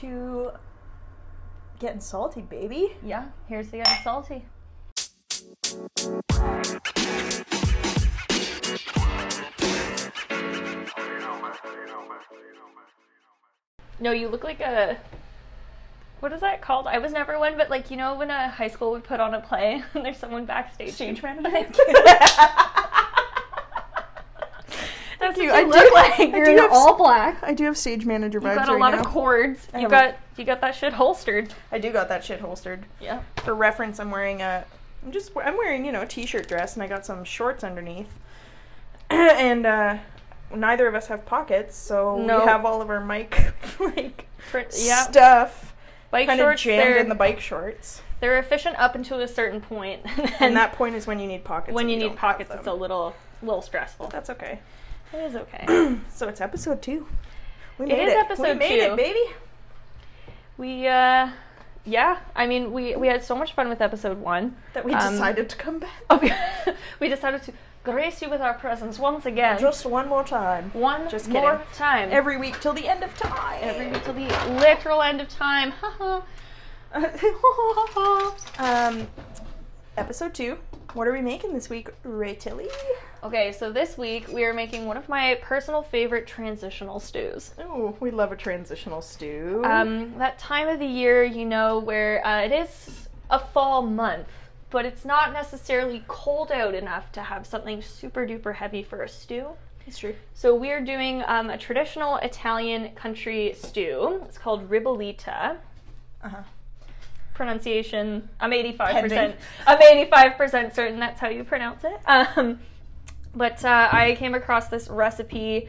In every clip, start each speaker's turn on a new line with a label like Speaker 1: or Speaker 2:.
Speaker 1: to getting salty, baby.
Speaker 2: Yeah, here's the getting salty. No, you look like a. What is that called? I was never one, but like you know when a high school would put on a play and there's someone backstage.
Speaker 1: Stage
Speaker 2: who-
Speaker 1: manager?
Speaker 2: That's
Speaker 1: you.
Speaker 2: what
Speaker 1: I
Speaker 2: you
Speaker 1: do-
Speaker 2: look like.
Speaker 1: I
Speaker 2: You're
Speaker 1: do
Speaker 2: in
Speaker 1: have s-
Speaker 2: all black.
Speaker 1: I do have stage manager
Speaker 2: You
Speaker 1: vibes
Speaker 2: got a
Speaker 1: right
Speaker 2: lot
Speaker 1: now. Oh.
Speaker 2: of cords.
Speaker 1: I
Speaker 2: You
Speaker 1: have a-
Speaker 2: got you got that shit holstered.
Speaker 1: I do got that shit holstered.
Speaker 2: Yeah.
Speaker 1: For reference, I'm wearing a. I'm just. I'm wearing you know a t-shirt dress, and I got some shorts underneath. and uh, neither of us have pockets, so
Speaker 2: No.
Speaker 1: we have all of our mic like
Speaker 2: For, yeah.
Speaker 1: stuff
Speaker 2: Bike
Speaker 1: kind of
Speaker 2: shorts.
Speaker 1: jammed
Speaker 2: They're,
Speaker 1: in the bike shorts.
Speaker 2: they're efficient up until a certain point, and,
Speaker 1: And that point is when you need pockets.
Speaker 2: when
Speaker 1: and
Speaker 2: you need
Speaker 1: don't have
Speaker 2: pockets, it's a
Speaker 1: them.
Speaker 2: little little stressful.
Speaker 1: That's okay.
Speaker 2: It is okay.
Speaker 1: So it's episode two. We
Speaker 2: It
Speaker 1: made it.
Speaker 2: is episode
Speaker 1: we made
Speaker 2: two.
Speaker 1: it, baby.
Speaker 2: we uh, yeah. I mean, we we had so much fun with episode one.
Speaker 1: That we
Speaker 2: Um,
Speaker 1: decided to come back.
Speaker 2: Okay. we decided to grace you with our presence once again.
Speaker 1: Just one more time.
Speaker 2: one
Speaker 1: just
Speaker 2: more
Speaker 1: kidding.
Speaker 2: time.
Speaker 1: Every week till the end of time.
Speaker 2: Every week till the literal end of time. Haha.
Speaker 1: um, episode two. What are we making this week, Ray Tilly?
Speaker 2: okay, so this week we are making one of my personal favorite transitional stews.
Speaker 1: Oh, we love a transitional stew.
Speaker 2: Um, that time of the year, you know, where uh, it is a fall month, but it's not necessarily cold out enough to have something super duper heavy for a stew.
Speaker 1: it's true.
Speaker 2: So we are doing um, a traditional Italian country stew. It's called ribollita.
Speaker 1: Uh huh.
Speaker 2: Pronunciation. I'm 85 percent.
Speaker 1: Pending.
Speaker 2: I'm 85 percent certain that's how you pronounce it. Um, but uh, I came across this recipe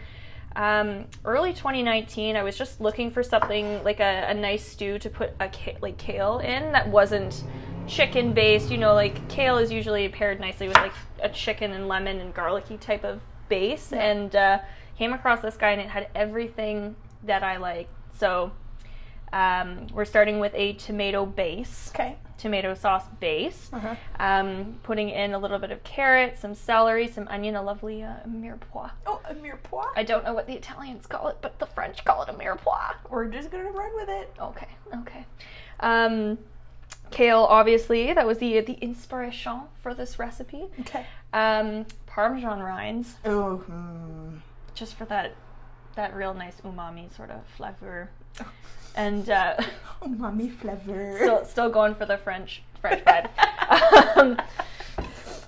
Speaker 2: um, early 2019. I was just looking for something like a, a nice stew to put a ca- like kale in that wasn't chicken based. You know, like kale is usually paired nicely with like a chicken and lemon and garlicky type of base. And uh, came across this guy and it had everything that I like. So um, we're starting with a tomato base,
Speaker 1: Okay.
Speaker 2: tomato sauce base
Speaker 1: Uh huh.
Speaker 2: um, putting in a little bit of carrot, some celery, some onion, a lovely uh, mirepoix.
Speaker 1: Oh, a mirepoix.
Speaker 2: I don't know what the Italians call it, but the French call it a mirepoix.
Speaker 1: We're just gonna run with it.
Speaker 2: Okay, okay. Um, kale, obviously, that was the the inspiration for this recipe.
Speaker 1: Okay.
Speaker 2: Um, Parmesan rinds,
Speaker 1: Oh. hmm.
Speaker 2: just for that that real nice umami sort of flavor, and uh,
Speaker 1: Oh, mommy flavor.
Speaker 2: still still going for the French French vibe. um,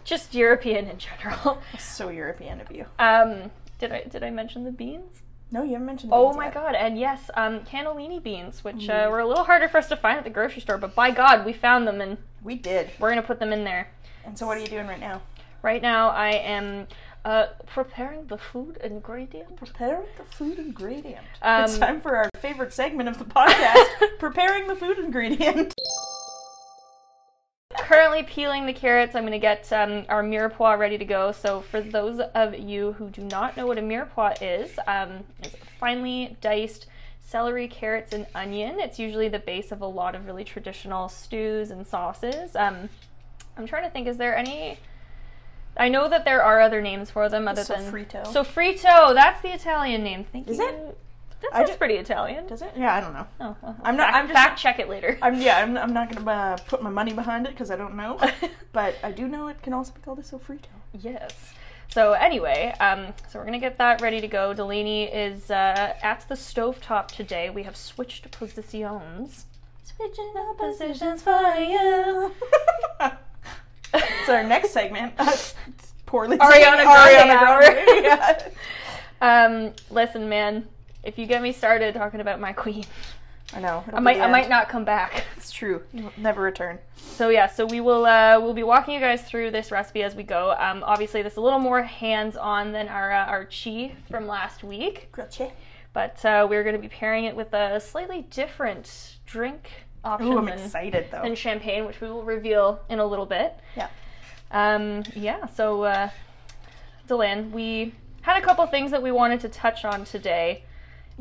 Speaker 2: just European in general.
Speaker 1: so European of you.
Speaker 2: Um, did I did I mention the beans?
Speaker 1: No, you haven't mentioned. the
Speaker 2: Oh
Speaker 1: beans
Speaker 2: my
Speaker 1: yet.
Speaker 2: god! And yes, um, cannellini beans, which uh, were a little harder for us to find at the grocery store, but by God, we found them, and
Speaker 1: We did.
Speaker 2: we're gonna put them in there.
Speaker 1: And so, what are you doing right now?
Speaker 2: Right now, I am uh, preparing the food ingredient.
Speaker 1: Preparing the food ingredient.
Speaker 2: Um,
Speaker 1: it's time for our favorite segment of the podcast: preparing the food ingredient.
Speaker 2: Currently peeling the carrots. I'm gonna get um, our mirepoix ready to go. So for those of you who do not know what a mirepoix is, um, it's finely diced celery, carrots, and onion. It's usually the base of a lot of really traditional stews and sauces. Um, I'm trying to think. Is there any? I know that there are other names for them other than
Speaker 1: Soffritto.
Speaker 2: Soffritto. That's the Italian name. Thank
Speaker 1: Is
Speaker 2: you.
Speaker 1: it?
Speaker 2: That
Speaker 1: I
Speaker 2: sounds
Speaker 1: ju-
Speaker 2: pretty Italian.
Speaker 1: Does it? Yeah, I don't know.
Speaker 2: oh, well,
Speaker 1: I'm not-
Speaker 2: fact-
Speaker 1: I'm just-
Speaker 2: fact check it later.
Speaker 1: I'm yeah. I'm, I'm not gonna uh, put my money behind it because I don't know. but I do know it can also be called a sofrito.
Speaker 2: Yes. So anyway, um, so we're gonna get that ready to go. Delaney is uh, at the stovetop today. We have switched positions.
Speaker 1: Switching up positions for you. so our next segment. Uh, it's poorly
Speaker 2: Ariana
Speaker 1: singing.
Speaker 2: Grande
Speaker 1: Ariana
Speaker 2: hour.
Speaker 1: Grande, yeah.
Speaker 2: Um, listen, man, if you get me started talking about my queen,
Speaker 1: I know.
Speaker 2: I might I might not come back.
Speaker 1: It's true. You'll never return.
Speaker 2: So yeah, so we will uh, we'll be walking you guys through this recipe as we go. Um, obviously, this is a little more hands-on than our uh, our chi from last week.
Speaker 1: Grazie.
Speaker 2: But uh, we're going to be pairing it with a slightly different drink option
Speaker 1: Ooh, I'm
Speaker 2: than,
Speaker 1: excited though.
Speaker 2: than champagne, which we will reveal in a little bit.
Speaker 1: Yeah.
Speaker 2: Um, yeah, so, uh, Delan, we had a couple things that we wanted to touch on today.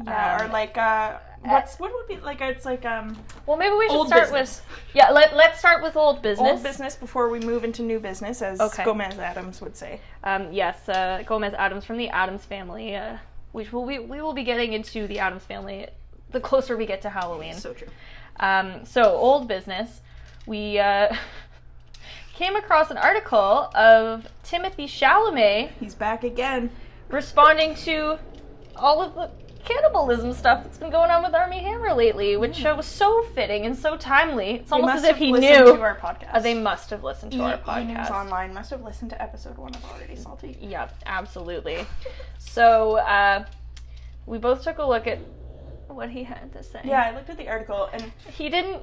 Speaker 1: Yeah,
Speaker 2: Um,
Speaker 1: or like uh, what's what would be like? It's like um,
Speaker 2: Well, maybe we should
Speaker 1: Old
Speaker 2: start
Speaker 1: business.
Speaker 2: with. Yeah, let, let's start with old business.
Speaker 1: old business before we move into new business, as
Speaker 2: Okay.
Speaker 1: Gomez Adams would say.
Speaker 2: Um, yes, uh, Gomez Adams from the Adams family, uh, which we'll, we, we will be getting into the Adams family the closer we get to Halloween.
Speaker 1: So true.
Speaker 2: Um, so, old business, we uh, came across an article of Timothy Chalamet
Speaker 1: He's back again.
Speaker 2: responding to all of the cannibalism stuff that's been going on with Army Hammer lately, which uh, was so fitting and so timely. It's
Speaker 1: They
Speaker 2: almost
Speaker 1: must
Speaker 2: as if
Speaker 1: have
Speaker 2: he
Speaker 1: listened
Speaker 2: knew.
Speaker 1: to our podcast.
Speaker 2: Uh, they must have listened to
Speaker 1: E-
Speaker 2: our
Speaker 1: E! News
Speaker 2: podcast.
Speaker 1: Online must have listened to episode one of Already Salty.
Speaker 2: Yep, absolutely. So uh, we both took a look at what he had to say.
Speaker 1: Yeah, I looked at the article and
Speaker 2: He didn't.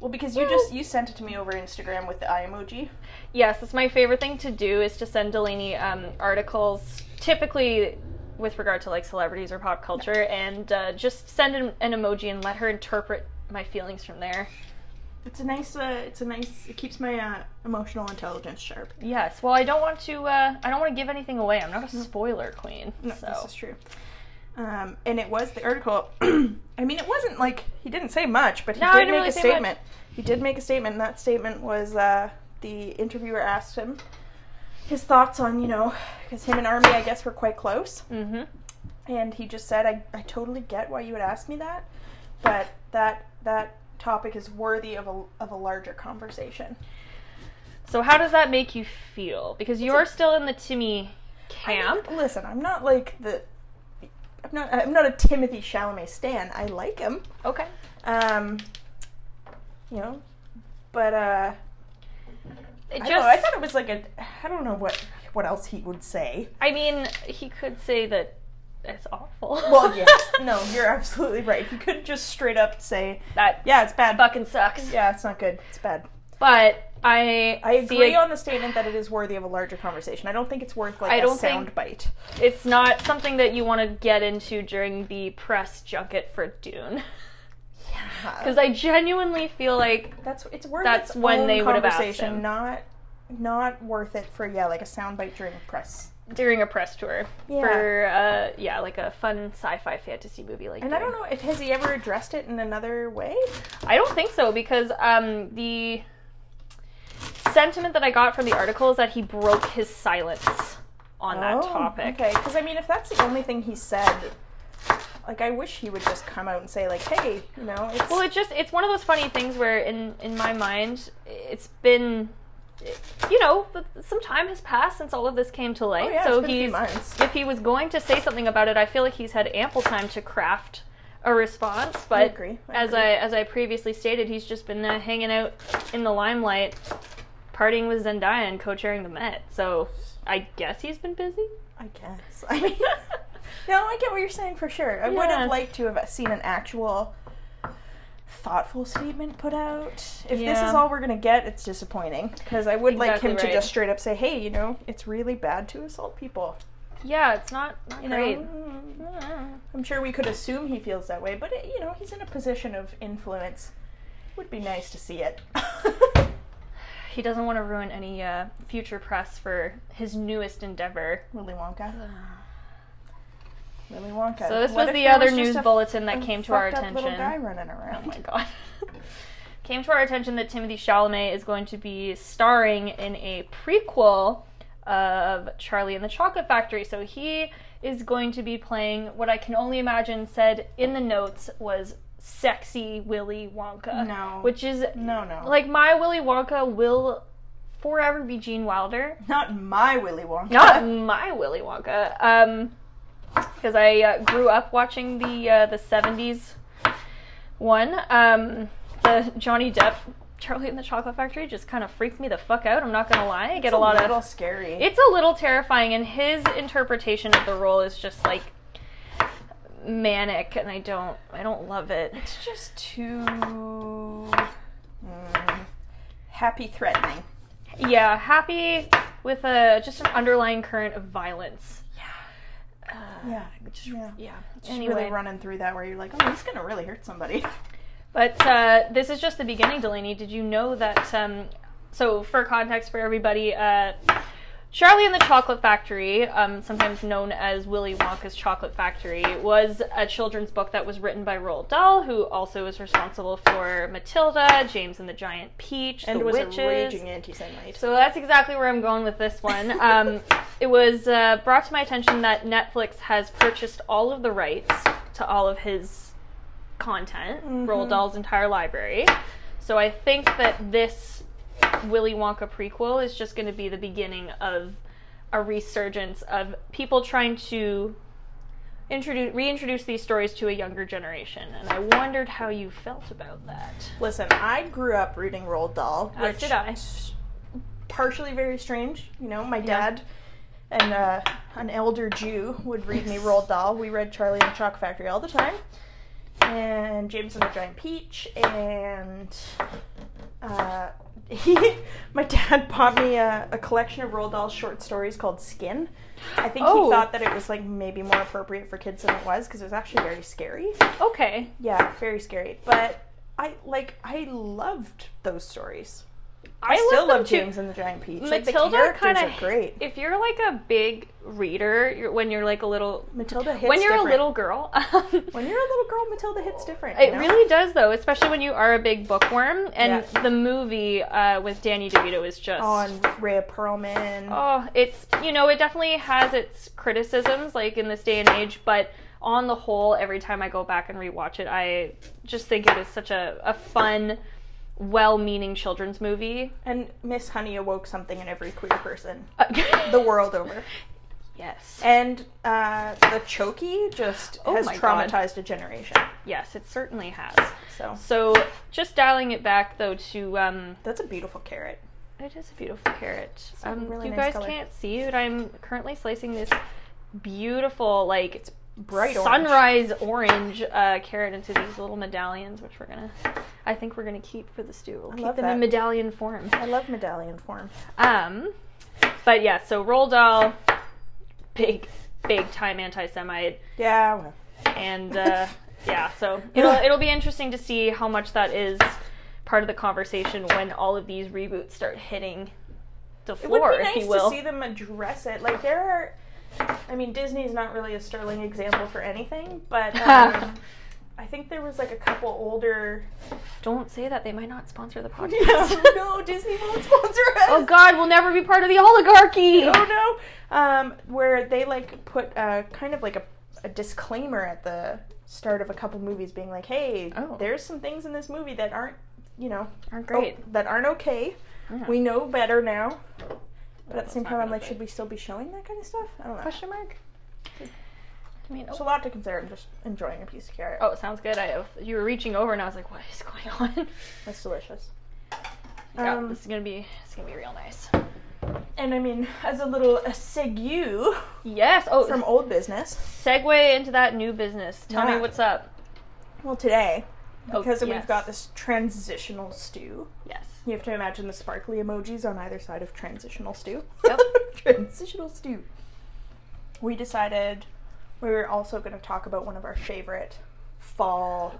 Speaker 1: well because you just you sent it to me over Instagram with the eye emoji.
Speaker 2: Yes, it's my favorite thing to do is to send Delaney um, articles, typically with regard to like celebrities or pop culture, and uh, just send an, an emoji and let her interpret my feelings from there.
Speaker 1: It's a nice uh it's a nice it keeps my uh, emotional intelligence sharp.
Speaker 2: Yes. Well, I don't want to. Uh, I don't want to give anything away. I'm not a spoiler queen.
Speaker 1: Mm-hmm. No,
Speaker 2: so
Speaker 1: this is true. Um, and it was the article. I mean, it wasn't like he didn't say much, but he
Speaker 2: No, he
Speaker 1: did
Speaker 2: didn't
Speaker 1: make
Speaker 2: really
Speaker 1: a
Speaker 2: say
Speaker 1: statement. He did make a statement. And that statement was uh, the interviewer asked him his thoughts on you know because him and Army I guess were quite close,
Speaker 2: hmm
Speaker 1: and he just said, "I I totally get why you would ask me that, but that that." topic is worthy of a, of a larger conversation.
Speaker 2: So how does that make you feel? Because you
Speaker 1: It's a-
Speaker 2: are still in the Timmy
Speaker 1: I mean,
Speaker 2: camp.
Speaker 1: listen, I'm not like the I'm not I'm not a Timothy Chalamet stan. I like him.
Speaker 2: Okay.
Speaker 1: Um, you know, but uh,
Speaker 2: It
Speaker 1: I,
Speaker 2: just.
Speaker 1: don't know, I thought it was like a I don't know what what else he would say.
Speaker 2: I mean, he could say that it's awful.
Speaker 1: Well, yes, no, you're absolutely right. He could just straight up say,
Speaker 2: that
Speaker 1: "Yeah, it's bad.
Speaker 2: fucking sucks.
Speaker 1: Yeah, it's not good. It's bad."
Speaker 2: But I,
Speaker 1: I
Speaker 2: see
Speaker 1: agree
Speaker 2: a-
Speaker 1: on the statement that it is worthy of a larger conversation. I don't think it's worth like
Speaker 2: I
Speaker 1: a
Speaker 2: don't think-
Speaker 1: sound bite.
Speaker 2: It's not something that you want to get into during the press junket for Dune. Because I genuinely feel like
Speaker 1: That's it's worth.
Speaker 2: That's
Speaker 1: its
Speaker 2: when
Speaker 1: own
Speaker 2: they would have asked
Speaker 1: conversation,
Speaker 2: him.
Speaker 1: Not not worth it for yeah, like a sound bite during press.
Speaker 2: during a press tour
Speaker 1: Yeah.
Speaker 2: for uh, yeah, like a fun sci-fi fantasy movie like.
Speaker 1: And I
Speaker 2: Dune.
Speaker 1: don't know if has he ever addressed it in another way.
Speaker 2: I don't think so because um, the sentiment that I got from the article is that he broke his silence on that
Speaker 1: Oh,
Speaker 2: topic.
Speaker 1: Okay, because I mean, if that's the only thing he said, like I wish he would just come out and say, like, hey, you know, it's
Speaker 2: Well, it just it's one of those funny things where in in my mind it's been you know some time has passed since all of this came to light.
Speaker 1: oh, yeah,
Speaker 2: so
Speaker 1: it's been a few
Speaker 2: he's
Speaker 1: months.
Speaker 2: if he was going to say something about it, I feel like he's had ample time to craft a response, but
Speaker 1: I agree. I
Speaker 2: as
Speaker 1: agree.
Speaker 2: I as I previously stated, he's just been uh, hanging out in the limelight, partying with Zendaya and co-chairing the Met. So I guess he's been busy.
Speaker 1: I guess. I mean, no, I get what you're saying for sure. I would
Speaker 2: Yeah.
Speaker 1: have liked to have seen an actual thoughtful statement put out. If this
Speaker 2: Yeah.
Speaker 1: is all we're gonna get, it's disappointing because I would like
Speaker 2: Exactly
Speaker 1: him to
Speaker 2: right.
Speaker 1: just straight up say, hey, you know, it's really bad to assault people.
Speaker 2: yeah, it's not not
Speaker 1: You
Speaker 2: great.
Speaker 1: know, Mm-hmm. I'm sure we could assume he feels that way, but it, you know, he's in a position of influence. Would be nice to see it.
Speaker 2: He doesn't want to ruin any uh, future press for his newest endeavor.
Speaker 1: Willy Wonka. Willy Wonka.
Speaker 2: So this
Speaker 1: What
Speaker 2: was
Speaker 1: if
Speaker 2: the
Speaker 1: there
Speaker 2: other
Speaker 1: was just
Speaker 2: news
Speaker 1: a f-
Speaker 2: bulletin that
Speaker 1: a
Speaker 2: came to our
Speaker 1: fucked up Little guy
Speaker 2: attention.
Speaker 1: running around.
Speaker 2: Oh my god. came to our attention that Timothy Chalamet is going to be starring in a prequel of Charlie and the Chocolate Factory. So he is going to be playing what I can only imagine said in the notes was sexy Willy Wonka.
Speaker 1: No.
Speaker 2: Which is
Speaker 1: No, no.
Speaker 2: like my Willy Wonka will forever be Gene Wilder.
Speaker 1: not my Willy Wonka.
Speaker 2: Not my Willy Wonka. Um, because I uh, grew up watching the uh, the '70s one. Um, the Johnny Depp, Charlie and the Chocolate Factory just kind of freaked me the fuck out. I'm not gonna lie. I get a lot
Speaker 1: little
Speaker 2: of.
Speaker 1: scary.
Speaker 2: It's a little terrifying, and his interpretation of the role is just like manic, and I don't, I don't love it.
Speaker 1: It's just too mm, happy threatening.
Speaker 2: Yeah, happy with a just an underlying current of violence. Yeah. Uh,
Speaker 1: Yeah.
Speaker 2: Just,
Speaker 1: yeah.
Speaker 2: yeah.
Speaker 1: Just really running through that where you're like, oh, he's gonna really hurt somebody.
Speaker 2: But uh, this is just the beginning, Delaney. Did you know that? Um, so, for context for everybody, uh, Charlie and the Chocolate Factory, um, sometimes known as Willy Wonka's Chocolate Factory, was a children's book that was written by Roald Dahl, who also was responsible for Matilda, James and the Giant Peach,
Speaker 1: And
Speaker 2: The
Speaker 1: was
Speaker 2: Witches.
Speaker 1: a raging anti-Semite.
Speaker 2: So that's exactly where I'm going with this one. Um, it was uh, brought to my attention that Netflix has purchased all of the rights to all of his content,
Speaker 1: Mhm.
Speaker 2: Roald Dahl's entire library. So I think that this Willy Wonka prequel is just going to be the beginning of a resurgence of people trying to introduce reintroduce these stories to a younger generation. And I wondered how you felt about that.
Speaker 1: Listen, I grew up reading Roald Dahl,
Speaker 2: As
Speaker 1: which
Speaker 2: did I.
Speaker 1: is partially very strange. You know, my
Speaker 2: Yeah.
Speaker 1: dad and uh, an elder Jew would read me Roald Dahl. We read Charlie and the Chalk Factory all the time, and James and the Giant Peach, and uh, he, my dad bought me a, a collection of Roald Dahl's short stories called Skin. I think
Speaker 2: Oh.
Speaker 1: he thought that it was like maybe more appropriate for kids than it was because it was actually very scary.
Speaker 2: Okay.
Speaker 1: Yeah, very scary. But I like I loved those stories. I, still
Speaker 2: them
Speaker 1: love
Speaker 2: too.
Speaker 1: James and the Giant Peach. like, the
Speaker 2: Matilda
Speaker 1: characters
Speaker 2: kind
Speaker 1: are
Speaker 2: of
Speaker 1: great.
Speaker 2: If you're like a big reader, you're, when you're like a little
Speaker 1: Matilda hits
Speaker 2: when you're
Speaker 1: different.
Speaker 2: a little girl. um,
Speaker 1: when you're a little girl, Matilda hits different.
Speaker 2: It
Speaker 1: you know?
Speaker 2: really does, though, especially when you are a big bookworm. And
Speaker 1: Yeah.
Speaker 2: the movie uh, with Danny DeVito is just.
Speaker 1: on Rhea Perlman.
Speaker 2: Oh, it's. You know, it definitely has its criticisms, like in this day and age, but on the whole, every time I go back and rewatch it, I just think it is such a, a fun, well meaning children's movie.
Speaker 1: And Miss Honey awoke something in every queer person the
Speaker 2: the
Speaker 1: world over.
Speaker 2: Yes.
Speaker 1: And uh, the Choki just
Speaker 2: Oh
Speaker 1: has
Speaker 2: my God.
Speaker 1: traumatized a generation.
Speaker 2: yes, it certainly has.
Speaker 1: So
Speaker 2: So, just dialing it back, though, to. Um,
Speaker 1: that's a beautiful carrot.
Speaker 2: It is a beautiful carrot.
Speaker 1: a
Speaker 2: Um,
Speaker 1: really
Speaker 2: you
Speaker 1: nice
Speaker 2: guys
Speaker 1: color.
Speaker 2: can't see it. I'm currently slicing this beautiful, like it's
Speaker 1: Bright orange.
Speaker 2: sunrise orange uh, carrot into these little medallions, which we're gonna. I think we're gonna keep for the stew. We'll keep
Speaker 1: love
Speaker 2: them
Speaker 1: that.
Speaker 2: in medallion form.
Speaker 1: I love medallion form.
Speaker 2: Um, but yeah, so Roald Dahl, big, big time anti-Semite,
Speaker 1: Yeah, well,
Speaker 2: and uh, yeah, so it'll it'll be interesting to see how much that is part of the conversation when all of these reboots start hitting. The
Speaker 1: It
Speaker 2: floor,
Speaker 1: would be nice
Speaker 2: if you will.
Speaker 1: to see them address it. Like there are, I mean, Disney's not really a sterling example for anything, but um, I think there was like a couple older.
Speaker 2: Don't say that. They might not sponsor the podcast.
Speaker 1: no, no, Disney won't sponsor us.
Speaker 2: oh God, we'll never be part of the oligarchy.
Speaker 1: Oh no. Um, where they like put a kind of like a, a disclaimer at the start of a couple movies, being like, "Hey,
Speaker 2: Oh.
Speaker 1: there's some things in this movie that aren't, you know,
Speaker 2: Aren't great.
Speaker 1: oh, that aren't okay.
Speaker 2: Yeah.
Speaker 1: Oh, We know better now." But at the
Speaker 2: That's
Speaker 1: same
Speaker 2: not
Speaker 1: time, I'm
Speaker 2: gonna
Speaker 1: like,
Speaker 2: be-
Speaker 1: should we still be showing that kind of stuff? I don't know.
Speaker 2: Question mark. I mean,
Speaker 1: It's a
Speaker 2: oh,
Speaker 1: lot to consider. I'm just enjoying a piece of carrot.
Speaker 2: oh, sounds good. I you were reaching over, and I was like, what is going on?
Speaker 1: That's delicious.
Speaker 2: yeah,
Speaker 1: Um,
Speaker 2: this is gonna be it's gonna be real nice.
Speaker 1: and I mean, as a little a segue
Speaker 2: Yes. Oh,
Speaker 1: from old business,
Speaker 2: segue into that new business. Tell
Speaker 1: Yeah.
Speaker 2: me what's up.
Speaker 1: well, today,
Speaker 2: Oh,
Speaker 1: because
Speaker 2: yes.
Speaker 1: we've got this transitional stew,
Speaker 2: Yes.
Speaker 1: you have to imagine the sparkly emojis on either side of transitional stew.
Speaker 2: Yep.
Speaker 1: transitional stew. We decided we were also going to talk about one of our favorite fall.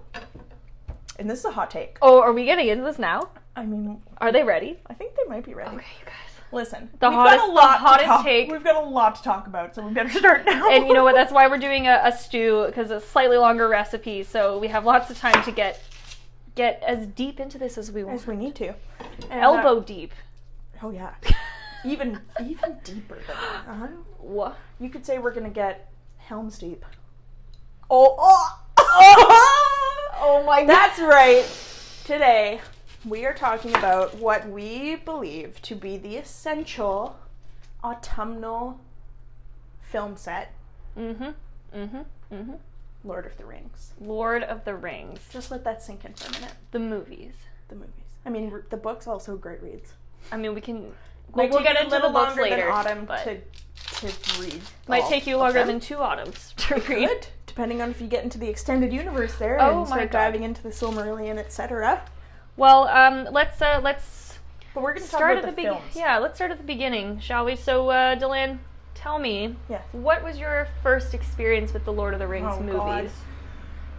Speaker 1: And this is a hot take.
Speaker 2: Oh, are we getting into this now?
Speaker 1: I mean,
Speaker 2: Are they ready?
Speaker 1: I think they might be ready.
Speaker 2: Okay, you guys.
Speaker 1: Listen,
Speaker 2: The
Speaker 1: we've
Speaker 2: hottest-
Speaker 1: got a
Speaker 2: the
Speaker 1: lot to
Speaker 2: hottest
Speaker 1: talk-
Speaker 2: take.
Speaker 1: We've got a lot to talk about, so we better start now.
Speaker 2: And you know what? That's why we're doing a, a stew because it's a slightly longer recipe, so we have lots of time to get get as deep into this as we want.
Speaker 1: as we need to. And, uh,
Speaker 2: elbow deep.
Speaker 1: oh yeah. Even even deeper than that. Uh-huh.
Speaker 2: Wha-
Speaker 1: You could say we're gonna get Helm's Deep. Oh oh oh,
Speaker 2: Oh my God.
Speaker 1: That's right. Today we are talking about what we believe to be the essential autumnal film set,
Speaker 2: Mhm. Mhm. Mhm.
Speaker 1: Lord of the Rings.
Speaker 2: Lord of the Rings,
Speaker 1: Just let that sink in for a minute.
Speaker 2: the movies.
Speaker 1: The movies. I mean, r- the book's also great reads.
Speaker 2: I mean, we can.
Speaker 1: Might
Speaker 2: We'll, we'll
Speaker 1: take
Speaker 2: get
Speaker 1: you a
Speaker 2: into
Speaker 1: little
Speaker 2: the books
Speaker 1: longer
Speaker 2: later.
Speaker 1: Than autumn
Speaker 2: but
Speaker 1: to to read.
Speaker 2: might
Speaker 1: all
Speaker 2: take you
Speaker 1: of
Speaker 2: longer
Speaker 1: them.
Speaker 2: than two autumns to read.
Speaker 1: Good. Depending on if you get into the extended universe there
Speaker 2: Oh
Speaker 1: and
Speaker 2: my
Speaker 1: start
Speaker 2: God.
Speaker 1: diving into the Silmarillion, etc.
Speaker 2: Well, um, let's uh, let's
Speaker 1: But we're going to
Speaker 2: start
Speaker 1: talk
Speaker 2: at
Speaker 1: about
Speaker 2: the,
Speaker 1: the,
Speaker 2: beginning.
Speaker 1: films.
Speaker 2: Yeah, let's start at the beginning, shall we? So, uh, Dylan, tell me,
Speaker 1: Yeah.
Speaker 2: what was your first experience with the Lord of the Rings
Speaker 1: Oh, God.
Speaker 2: movies?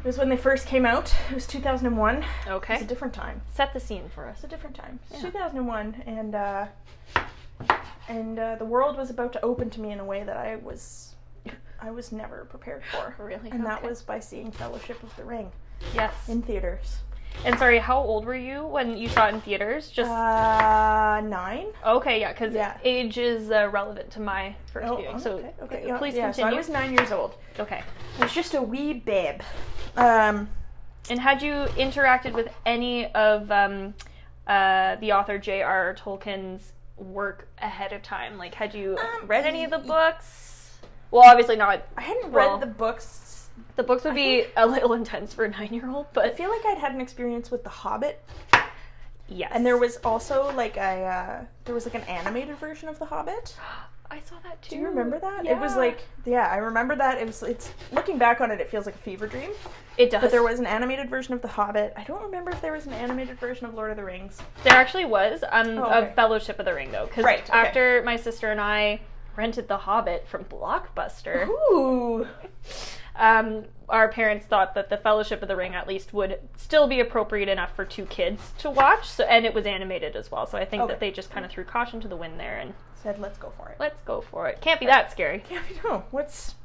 Speaker 1: It was when they first came out. It was 2001. It's
Speaker 2: Okay,
Speaker 1: a different time.
Speaker 2: set the scene for us.
Speaker 1: It's a different time. It's
Speaker 2: Yeah.
Speaker 1: 2001, and uh, and uh, the world was about to open to me in a way that I was I was never prepared for.
Speaker 2: Really?
Speaker 1: And that
Speaker 2: Okay.
Speaker 1: was by seeing Fellowship of the Ring
Speaker 2: Yes.
Speaker 1: in theaters.
Speaker 2: And sorry, how old were you when you saw it in theaters? Just
Speaker 1: Uh, nine.
Speaker 2: Okay, yeah, because
Speaker 1: Yeah.
Speaker 2: age is uh, relevant to my first
Speaker 1: Oh,
Speaker 2: viewing. So
Speaker 1: okay, okay.
Speaker 2: uh, please
Speaker 1: yeah, so I
Speaker 2: continue.
Speaker 1: was nine years old.
Speaker 2: Okay.
Speaker 1: I was just a wee babe. Um,
Speaker 2: And had you interacted with any of um, uh, the author J.R.R. Tolkien's work ahead of time? Like, had you
Speaker 1: Um,
Speaker 2: read any of the
Speaker 1: y-
Speaker 2: books? Well, obviously not.
Speaker 1: I hadn't
Speaker 2: Well-
Speaker 1: read the books.
Speaker 2: The books would
Speaker 1: I
Speaker 2: be a little intense for a nine-year-old,
Speaker 1: I
Speaker 2: but
Speaker 1: feel like I'd had an experience with The Hobbit,
Speaker 2: yes.
Speaker 1: and there was also like a uh, there was like an animated version of The Hobbit.
Speaker 2: I saw that too.
Speaker 1: Do you remember that? It was
Speaker 2: Mm, Yeah.
Speaker 1: like yeah, I remember that. It was it's looking back on it, it feels like a fever dream.
Speaker 2: it does.
Speaker 1: But there was an animated version of The Hobbit. I don't remember if there was an animated version of Lord of the Rings.
Speaker 2: There actually was um,
Speaker 1: Oh,
Speaker 2: a
Speaker 1: okay.
Speaker 2: Fellowship of the Ring though, because
Speaker 1: Right, okay.
Speaker 2: after my sister and I rented The Hobbit from Blockbuster,
Speaker 1: Ooh.
Speaker 2: um, our parents thought that the Fellowship of the Ring at least would still be appropriate enough for two kids to watch. So and it was animated as well. So I think that
Speaker 1: Okay.
Speaker 2: they just kind of threw caution to the wind there and
Speaker 1: Said let's go for it.
Speaker 2: let's go for it. Can't be that scary.
Speaker 1: Yeah, I know. What's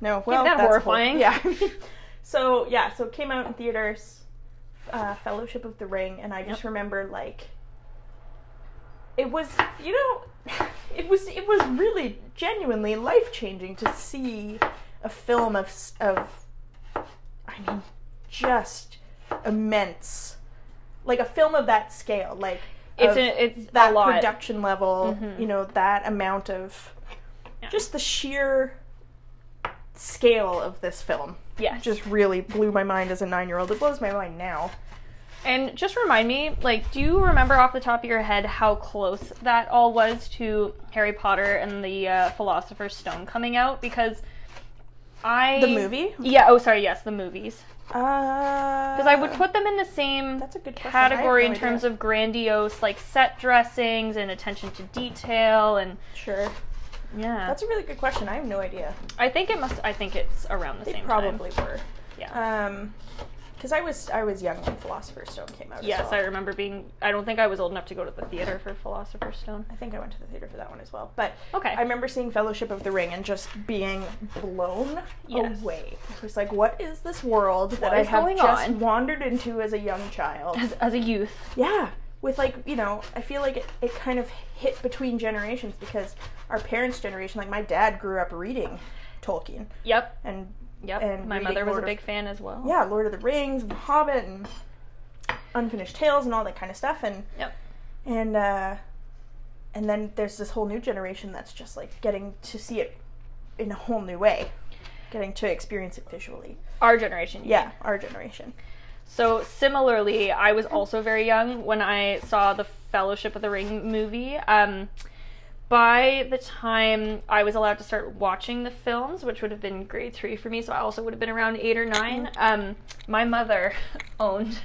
Speaker 1: no? Well,
Speaker 2: that
Speaker 1: that's a whole-
Speaker 2: horrifying.
Speaker 1: yeah. so yeah, so it came out in theaters, uh, Fellowship of the Ring, and I just
Speaker 2: Yep.
Speaker 1: remember like it was, you know, it was it was really genuinely life changing to see a film of s- of, I mean, just immense, like a film of that scale, like
Speaker 2: It's
Speaker 1: of
Speaker 2: a, it's
Speaker 1: that
Speaker 2: a lot.
Speaker 1: production level,
Speaker 2: Mhm.
Speaker 1: you know, that amount of
Speaker 2: Yeah.
Speaker 1: just the sheer scale of this film
Speaker 2: yes.
Speaker 1: just really blew my mind as a nine year old. It blows my mind now.
Speaker 2: And just remind me, like, do you remember off the top of your head how close that all was to Harry Potter and the uh, Philosopher's Stone coming out? Because I
Speaker 1: The movie?
Speaker 2: yeah. Oh, sorry. Yes, the movies.
Speaker 1: Because
Speaker 2: Because I would put them in the same
Speaker 1: Uh, That's a good question. I have
Speaker 2: category
Speaker 1: no
Speaker 2: in terms
Speaker 1: idea.
Speaker 2: of grandiose, like set dressings and attention to detail, and
Speaker 1: Sure.
Speaker 2: yeah.
Speaker 1: That's a really good question. I have no idea.
Speaker 2: I think it must. I think it's around the
Speaker 1: They
Speaker 2: same time.
Speaker 1: probably were.
Speaker 2: Yeah.
Speaker 1: Um, because I was I was young when Philosopher's Stone came out. as
Speaker 2: yes,
Speaker 1: well.
Speaker 2: I remember being. I don't think I was old enough to go to the theater for Philosopher's Stone.
Speaker 1: I think I went to the theater for that one as well. But
Speaker 2: Okay.
Speaker 1: I remember seeing Fellowship of the Ring and just being blown
Speaker 2: Yes.
Speaker 1: away. It was like, what is this world that I
Speaker 2: is
Speaker 1: have
Speaker 2: going
Speaker 1: just
Speaker 2: on?
Speaker 1: wandered into as a young child?
Speaker 2: as, as a youth.
Speaker 1: yeah. With like, you know, I feel like it, it kind of hit between generations because our parents' generation, like my dad grew up reading Tolkien
Speaker 2: Yep.
Speaker 1: and
Speaker 2: Yep.
Speaker 1: and
Speaker 2: my
Speaker 1: reading
Speaker 2: mother was
Speaker 1: Lord
Speaker 2: a
Speaker 1: of-
Speaker 2: big fan as well.
Speaker 1: yeah, Lord of the Rings and The Hobbit and Unfinished Tales and all that kind of stuff and
Speaker 2: Yep.
Speaker 1: and uh and then there's this whole new generation that's just like getting to see it in a whole new way getting to experience it visually
Speaker 2: Our generation. you
Speaker 1: yeah
Speaker 2: mean.
Speaker 1: our generation
Speaker 2: So similarly, I was also very young when I saw the Fellowship of the Ring movie. Um, by the time I was allowed to start watching the films, which would have been grade three for me, so I also would have been around eight or nine.
Speaker 1: Mm-hmm.
Speaker 2: Um, my mother owned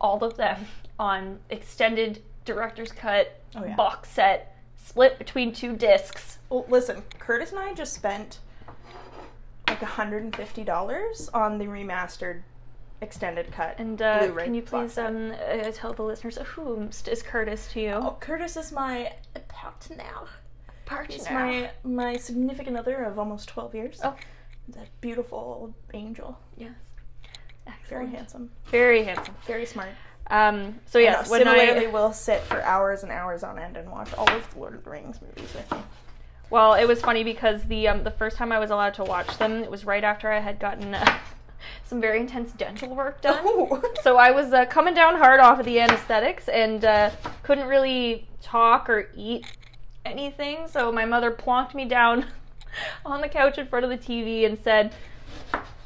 Speaker 2: all of them on extended director's cut
Speaker 1: Oh, yeah.
Speaker 2: box set, split between two discs.
Speaker 1: well, listen curtis and i just spent like $150 on the remastered extended cut
Speaker 2: And uh,
Speaker 1: Blu-ray
Speaker 2: can you
Speaker 1: box
Speaker 2: please
Speaker 1: set.
Speaker 2: um, uh, tell the listeners whom is Curtis to you?
Speaker 1: oh curtis is my partner
Speaker 2: partner.
Speaker 1: he's my my significant other of almost 12 years
Speaker 2: Oh.
Speaker 1: that beautiful old angel
Speaker 2: yes. Excellent.
Speaker 1: very handsome
Speaker 2: Very handsome.
Speaker 1: very smart
Speaker 2: Um, so
Speaker 1: Yeah,
Speaker 2: yes, when
Speaker 1: similarly,
Speaker 2: I
Speaker 1: we'll sit for hours and hours on end and watch all of the Lord of the Rings movies with me.
Speaker 2: well, it was funny because the um, the first time I was allowed to watch them, it was right after I had gotten uh, some very intense dental work done.
Speaker 1: Oh,
Speaker 2: So I was uh, coming down hard off of the anesthetics and uh, couldn't really talk or eat anything. So my mother plonked me down on the couch in front of the TV and said,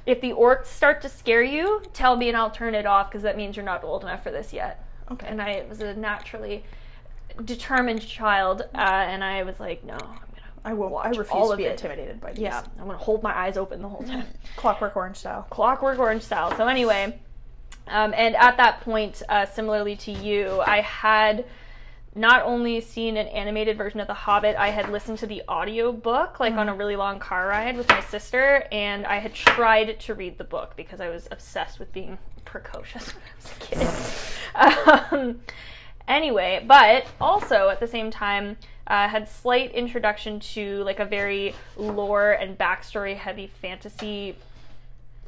Speaker 2: "If the orcs start to scare you, tell me and I'll turn it off because that means you're not old enough for this yet."
Speaker 1: okay.
Speaker 2: And I was a naturally determined child, uh, and I was like, "No, I'm gonna
Speaker 1: I won't. I
Speaker 2: watch
Speaker 1: refuse
Speaker 2: all
Speaker 1: to
Speaker 2: of
Speaker 1: be
Speaker 2: it.
Speaker 1: intimidated by these.
Speaker 2: yeah, I'm gonna hold my eyes open the whole time."
Speaker 1: Clockwork Orange style.
Speaker 2: Clockwork Orange style. So anyway, um, and at that point, uh, similarly to you, I had not only seen an animated version of The Hobbit, I had listened to the audiobook like on a really long car ride with my sister, and I had tried to read the book because I was obsessed with being precocious when I was a kid. um, anyway, but also at the same time, uh, had slight introduction to like a very lore and backstory heavy fantasy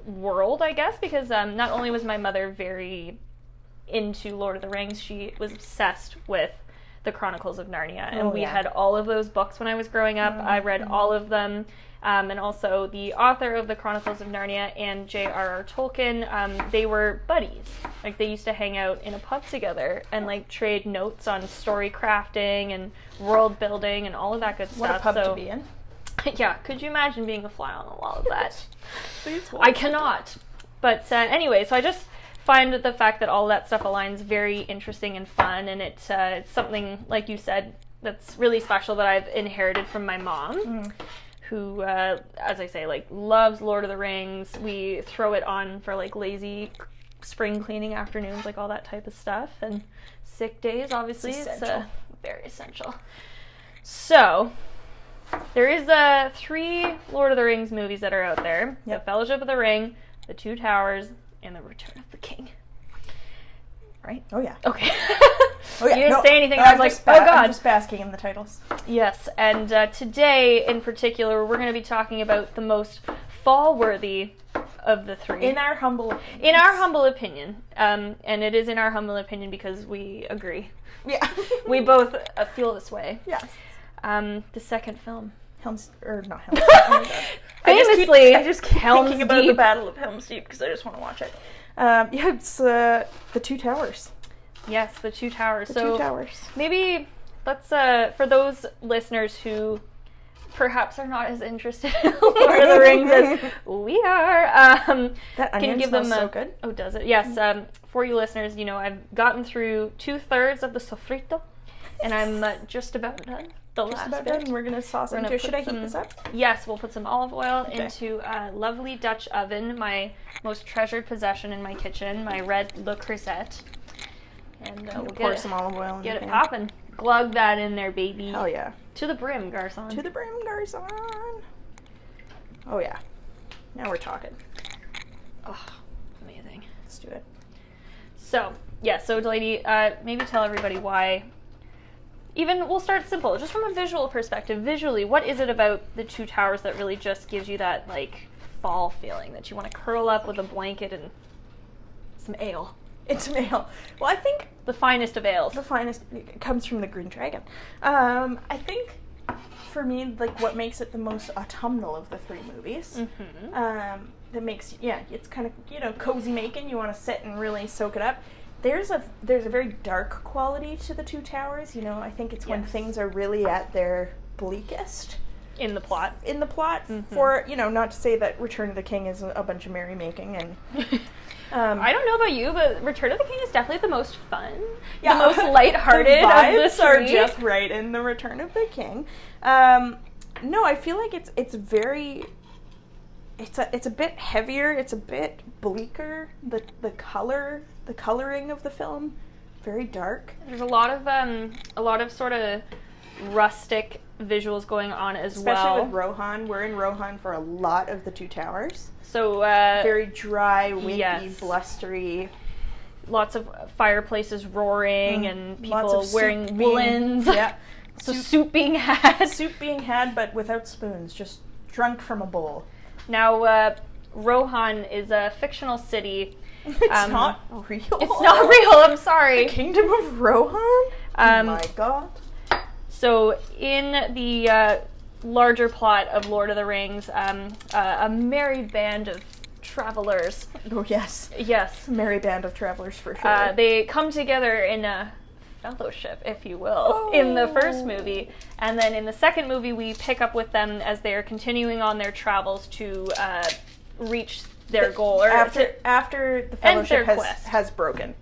Speaker 2: world, I guess, because um, not only was my mother very into Lord of the Rings, she was obsessed with the Chronicles of Narnia, and
Speaker 1: Oh,
Speaker 2: we
Speaker 1: yeah. Mm-hmm.
Speaker 2: had all of those books when I was growing up. I read all of them. Um, and also the author of the Chronicles of Narnia and J.R.R. Tolkien, um, they were buddies. Like they used to hang out in a pub together and like trade notes on story crafting and world building and all of that good
Speaker 1: What
Speaker 2: stuff.
Speaker 1: a pub to
Speaker 2: So-
Speaker 1: be in.
Speaker 2: yeah, could you imagine being a fly on the wall of that?
Speaker 1: Please
Speaker 2: I cannot. But uh, anyway, so I just find that the fact that all that stuff aligns very interesting and fun, and it's uh, it's something like you said that's really special that I've inherited from my mom, who, uh, as I say, like loves Lord of the Rings. We throw it on for like lazy spring cleaning afternoons, like all that type of stuff, and sick days. Obviously, it's,
Speaker 1: essential.
Speaker 2: uh, very essential. So, there is uh, three Lord of the Rings movies that are out there:
Speaker 1: Yep.
Speaker 2: The Fellowship of the Ring, The Two Towers, and The Return of the King. Right?
Speaker 1: Oh yeah.
Speaker 2: Okay.
Speaker 1: Oh yeah.
Speaker 2: you didn't
Speaker 1: no,
Speaker 2: say anything.
Speaker 1: no,
Speaker 2: I
Speaker 1: I'm
Speaker 2: was like,
Speaker 1: just ba-
Speaker 2: oh god.
Speaker 1: I'm just basking in the titles.
Speaker 2: Yes, and uh, today in particular, we're going to be talking about the most fall-worthy of the three.
Speaker 1: In our humble. opinions.
Speaker 2: In our humble opinion, um, and it is in our humble opinion because we agree.
Speaker 1: Yeah.
Speaker 2: We
Speaker 1: Hmm.
Speaker 2: both uh, feel this way.
Speaker 1: Yes.
Speaker 2: Um, the second film.
Speaker 1: Helms or not Helms. Oh
Speaker 2: Famously,
Speaker 1: I just keep
Speaker 2: Helm's
Speaker 1: thinking about the
Speaker 2: Deep.
Speaker 1: Battle of Helm's Deep because I just want to watch it. Um, yeah, it's uh, the Two Towers.
Speaker 2: Yes, the two towers.
Speaker 1: The
Speaker 2: so
Speaker 1: Two Towers.
Speaker 2: maybe let's uh, for those listeners who perhaps are not as interested in Lord of the Rings as we are, um,
Speaker 1: That onion
Speaker 2: can give them
Speaker 1: smells
Speaker 2: a,
Speaker 1: so good.
Speaker 2: Oh, does it? Yes. Um, for you listeners, you know I've gotten through two thirds of the sofrito, and I'm uh, just about done. The
Speaker 1: Just
Speaker 2: last
Speaker 1: about
Speaker 2: bit.
Speaker 1: done. We're gonna sauce
Speaker 2: We're
Speaker 1: it.
Speaker 2: gonna
Speaker 1: into- Should
Speaker 2: put
Speaker 1: I heat
Speaker 2: some-
Speaker 1: this up?
Speaker 2: Yes, we'll put some olive oil
Speaker 1: Okay.
Speaker 2: into a lovely Dutch oven, my most treasured possession in my kitchen, my red Le Creuset. And uh,
Speaker 1: We'll
Speaker 2: we'll
Speaker 1: pour
Speaker 2: get it,
Speaker 1: some olive oil. in
Speaker 2: get
Speaker 1: the pan.
Speaker 2: it popping. Glug that in there, baby.
Speaker 1: Hell yeah.
Speaker 2: To the brim, Garcon.
Speaker 1: To the brim, Garson. Oh yeah. Now we're talking.
Speaker 2: oh, amazing.
Speaker 1: Let's do it.
Speaker 2: So, yeah, so Delaney, uh, maybe tell everybody why. Even we'll start simple, just from a visual perspective. Visually, what is it about the two towers that really just gives you that like fall feeling that you want to curl up with a blanket and some ale,
Speaker 1: It's male. Well, I think
Speaker 2: the finest of ales?
Speaker 1: the finest it comes from the Green Dragon. Um, I think for me, like what makes it the most autumnal of the three movies.
Speaker 2: Mm-hmm.
Speaker 1: Um, that makes yeah, it's kind of you know cozy making. You want to sit and really soak it up. There's a there's a very dark quality to the Two Towers. You know, I think it's when
Speaker 2: Yes.
Speaker 1: things are really at their bleakest
Speaker 2: In the plot.
Speaker 1: in the plot.
Speaker 2: Mhm.
Speaker 1: For you know, not to say that Return of the King is a, a bunch of merrymaking and um,
Speaker 2: I don't know about you, but Return of the King is definitely the most fun,
Speaker 1: Yeah.
Speaker 2: the most lighthearted.
Speaker 1: the
Speaker 2: of the
Speaker 1: vibes are
Speaker 2: three.
Speaker 1: just right in the Return of the King. Um, no, I feel like it's it's very. It's a it's a bit heavier. It's a bit bleaker. The the color the coloring of the film, very dark.
Speaker 2: There's a lot of um, a lot of sort of rustic visuals going on as
Speaker 1: Especially
Speaker 2: well.
Speaker 1: with Rohan, we're in Rohan for a lot of the Two Towers.
Speaker 2: so uh,
Speaker 1: Very dry, windy,
Speaker 2: yes.
Speaker 1: blustery.
Speaker 2: lots of fireplaces roaring
Speaker 1: Mm.
Speaker 2: and
Speaker 1: Lots
Speaker 2: people
Speaker 1: of soup
Speaker 2: wearing
Speaker 1: being-
Speaker 2: woolens.
Speaker 1: Yeah,
Speaker 2: so
Speaker 1: soup-
Speaker 2: soup being had.
Speaker 1: soup being had, but without spoons, just drunk from a bowl.
Speaker 2: Now, uh, Rohan is a fictional city.
Speaker 1: It's
Speaker 2: Um,
Speaker 1: not real.
Speaker 2: It's not real. I'm sorry.
Speaker 1: Kingdom of Rohan?
Speaker 2: Um,
Speaker 1: oh my god.
Speaker 2: So, in the uh, larger plot of Lord of the Rings, um, uh, a merry band of travelers,
Speaker 1: Oh yes.
Speaker 2: yes,
Speaker 1: Merry band of travelers for sure.
Speaker 2: uh, they come together in a fellowship, if you will, in the first
Speaker 1: Oh.
Speaker 2: movie. And then in the second movie, we pick up with them as they are continuing on their travels to uh, reach their goal. Or
Speaker 1: after
Speaker 2: to-
Speaker 1: after the
Speaker 2: End their
Speaker 1: fellowship has
Speaker 2: quest.
Speaker 1: has broken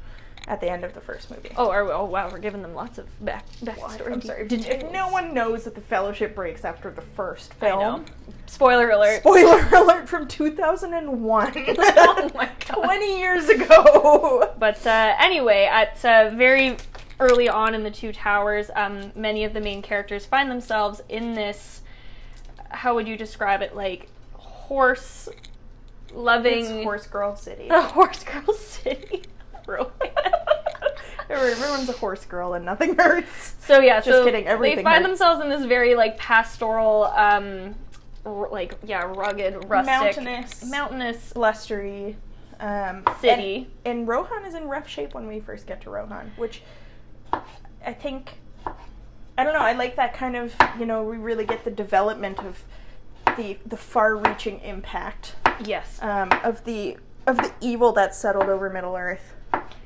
Speaker 1: at the end of the first movie.
Speaker 2: oh, are we- oh, wow, we're giving them lots of back backstory.
Speaker 1: I'm sorry. If, if no one knows that the fellowship breaks after the first
Speaker 2: I know.
Speaker 1: film.
Speaker 2: Spoiler alert.
Speaker 1: Spoiler alert from 2001.
Speaker 2: Oh my God.
Speaker 1: 20 years ago.
Speaker 2: But uh, anyway, at uh, very early on in the Two Towers, um, many of the main characters find themselves in this. How would you describe it? Like horse loving
Speaker 1: It's Horse Girl City.
Speaker 2: a horse girl city. Rowan.
Speaker 1: Everyone's a horse girl and nothing hurts.
Speaker 2: So yeah,
Speaker 1: Just
Speaker 2: so
Speaker 1: kidding,
Speaker 2: they
Speaker 1: everything
Speaker 2: find
Speaker 1: hurts.
Speaker 2: themselves in this very like pastoral, um, r- like yeah, rugged, rustic,
Speaker 1: Mountainous.
Speaker 2: mountainous
Speaker 1: blustery um,
Speaker 2: City.
Speaker 1: And, and Rohan is in rough shape when we first get to Rohan, which I think I don't know. I like that kind of you know we really get the development of the the far-reaching impact
Speaker 2: Yes.
Speaker 1: um, of the of the evil that settled over Middle Earth,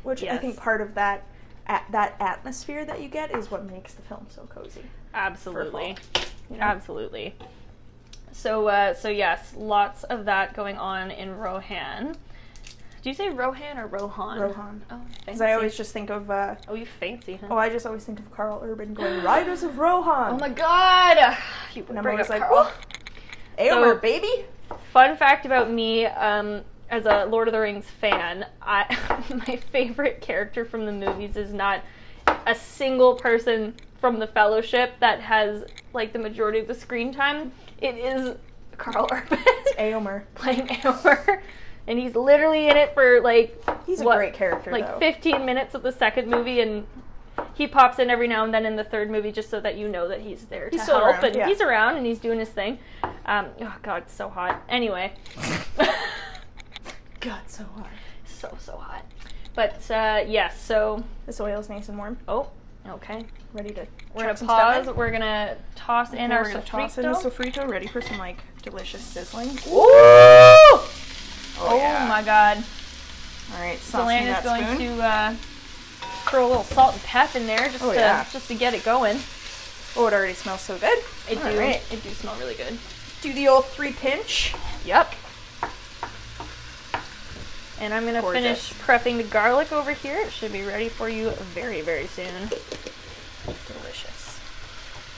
Speaker 1: which I
Speaker 2: Yes.
Speaker 1: think part of that at, that atmosphere that you get is what makes the film so cozy.
Speaker 2: Absolutely.
Speaker 1: you know?
Speaker 2: Absolutely. So uh, so yes, lots of that going on in Rohan. Do you say Rohan or Rohan?
Speaker 1: Rohan.
Speaker 2: Oh,
Speaker 1: Because
Speaker 2: fancy.
Speaker 1: I always just think of uh,
Speaker 2: Oh, you fancy, huh?
Speaker 1: oh, I just always think of Carl Urban going Riders of Rohan.
Speaker 2: Oh my god! You
Speaker 1: And I'm
Speaker 2: bring
Speaker 1: always
Speaker 2: up
Speaker 1: like,
Speaker 2: Carl.
Speaker 1: "Whoa, Aomer,
Speaker 2: So-
Speaker 1: baby.
Speaker 2: Fun fact about me, um, as a Lord of the Rings fan, I, my favorite character from the movies is not a single person from the Fellowship that has like the majority of the screen time. It is Carl Urban
Speaker 1: Aomer.
Speaker 2: playing Aomer, and he's literally in it for like
Speaker 1: He's a
Speaker 2: what,
Speaker 1: great character.
Speaker 2: like
Speaker 1: though.
Speaker 2: 15 minutes of the second movie and he pops in every now and then in the third movie just so that you know that he's there
Speaker 1: He's
Speaker 2: to
Speaker 1: still
Speaker 2: help
Speaker 1: around,
Speaker 2: and
Speaker 1: yeah.
Speaker 2: he's around and he's doing his thing um, oh god it's so hot anyway
Speaker 1: God, so hard.
Speaker 2: so so hot but uh yes so
Speaker 1: This oil's nice and warm.
Speaker 2: oh okay
Speaker 1: Ready to.
Speaker 2: we're
Speaker 1: chuck
Speaker 2: gonna
Speaker 1: some stuff
Speaker 2: pause we're gonna toss
Speaker 1: in
Speaker 2: in our
Speaker 1: we're gonna toss in the
Speaker 2: sofrito.
Speaker 1: sofrito, ready for some like delicious sizzling.
Speaker 2: Ooh! oh,
Speaker 1: yeah.
Speaker 2: my god
Speaker 1: All right, saucing
Speaker 2: Delaney's
Speaker 1: that
Speaker 2: going
Speaker 1: spoon.
Speaker 2: to uh, throw a little salt and pep in there just
Speaker 1: Oh,
Speaker 2: to
Speaker 1: yeah.
Speaker 2: just to get it going
Speaker 1: Oh, it already smells so good.
Speaker 2: It
Speaker 1: All
Speaker 2: do.
Speaker 1: right.
Speaker 2: It do smell really good.
Speaker 1: Do the old three pinch.
Speaker 2: Yep. And I'm gonna
Speaker 1: Gorgeous.
Speaker 2: finish prepping the garlic over here. It should be ready for you very, very soon.
Speaker 1: Delicious.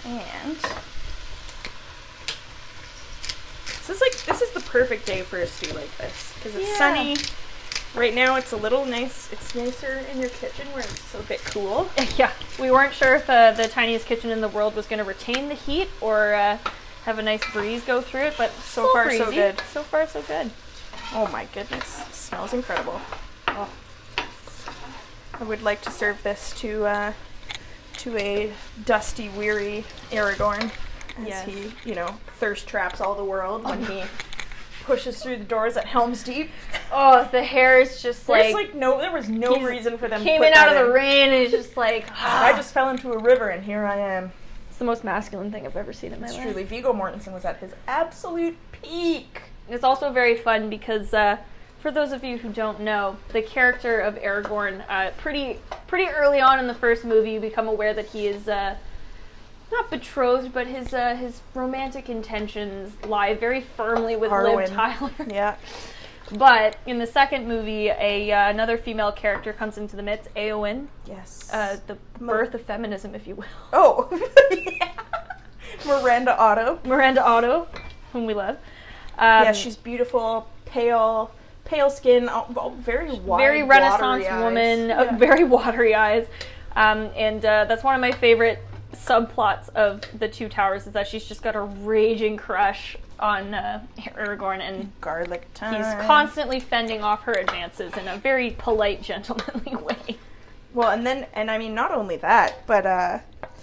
Speaker 2: And
Speaker 1: This is like this is the perfect day for a stew like this because it's
Speaker 2: Yeah.
Speaker 1: sunny. Right now, it's a little nice. It's nicer in your kitchen where it's a bit cool.
Speaker 2: yeah, we weren't sure if uh, the tiniest kitchen in the world was gonna retain the heat or uh, have a nice breeze go through it, but
Speaker 1: So
Speaker 2: it's a little
Speaker 1: far, so
Speaker 2: breezy.
Speaker 1: good.
Speaker 2: So far, so good.
Speaker 1: Oh my goodness, smells incredible. Oh. I would like to serve this to uh, to a dusty, weary Aragorn as
Speaker 2: Yes.
Speaker 1: he, you know, thirst traps all the world when he pushes through the doors at Helm's Deep.
Speaker 2: Oh, the hair is just
Speaker 1: There's
Speaker 2: like,
Speaker 1: like no, there was no
Speaker 2: he's-
Speaker 1: reason for them. to
Speaker 2: came
Speaker 1: put
Speaker 2: in out
Speaker 1: that
Speaker 2: of the Ah. rain and it's just like
Speaker 1: I just fell into a river and here I am.
Speaker 2: it's the most masculine thing I've ever seen in my
Speaker 1: It's
Speaker 2: life.
Speaker 1: truly Viggo Mortensen was at his absolute peak.
Speaker 2: And It's also very fun because, uh, for those of you who don't know, the character of Aragorn, uh, pretty pretty early on in the first movie, you become aware that he is uh, not betrothed, but his uh, his romantic intentions lie very firmly with Liv
Speaker 1: Arwen.
Speaker 2: Tyler.
Speaker 1: Yeah.
Speaker 2: But in the second movie, a uh, another female character comes into the midst, Aowen,
Speaker 1: Yes.
Speaker 2: uh, the
Speaker 1: Mo-
Speaker 2: birth of feminism, if you will.
Speaker 1: oh. Miranda Otto.
Speaker 2: Miranda Otto, whom we love. Um,
Speaker 1: yeah, she's beautiful, pale, pale skin, all, all very wide,
Speaker 2: very Renaissance
Speaker 1: watery eyes.
Speaker 2: woman,
Speaker 1: Yeah.
Speaker 2: uh, very watery eyes, um, and uh, that's one of my favorite subplots of the Two Towers is that she's just got a raging crush on uh, Aragorn, and
Speaker 1: garlic time.
Speaker 2: he's constantly fending off her advances in a very polite, gentlemanly way.
Speaker 1: Well, and then, and I mean, not only that, but uh,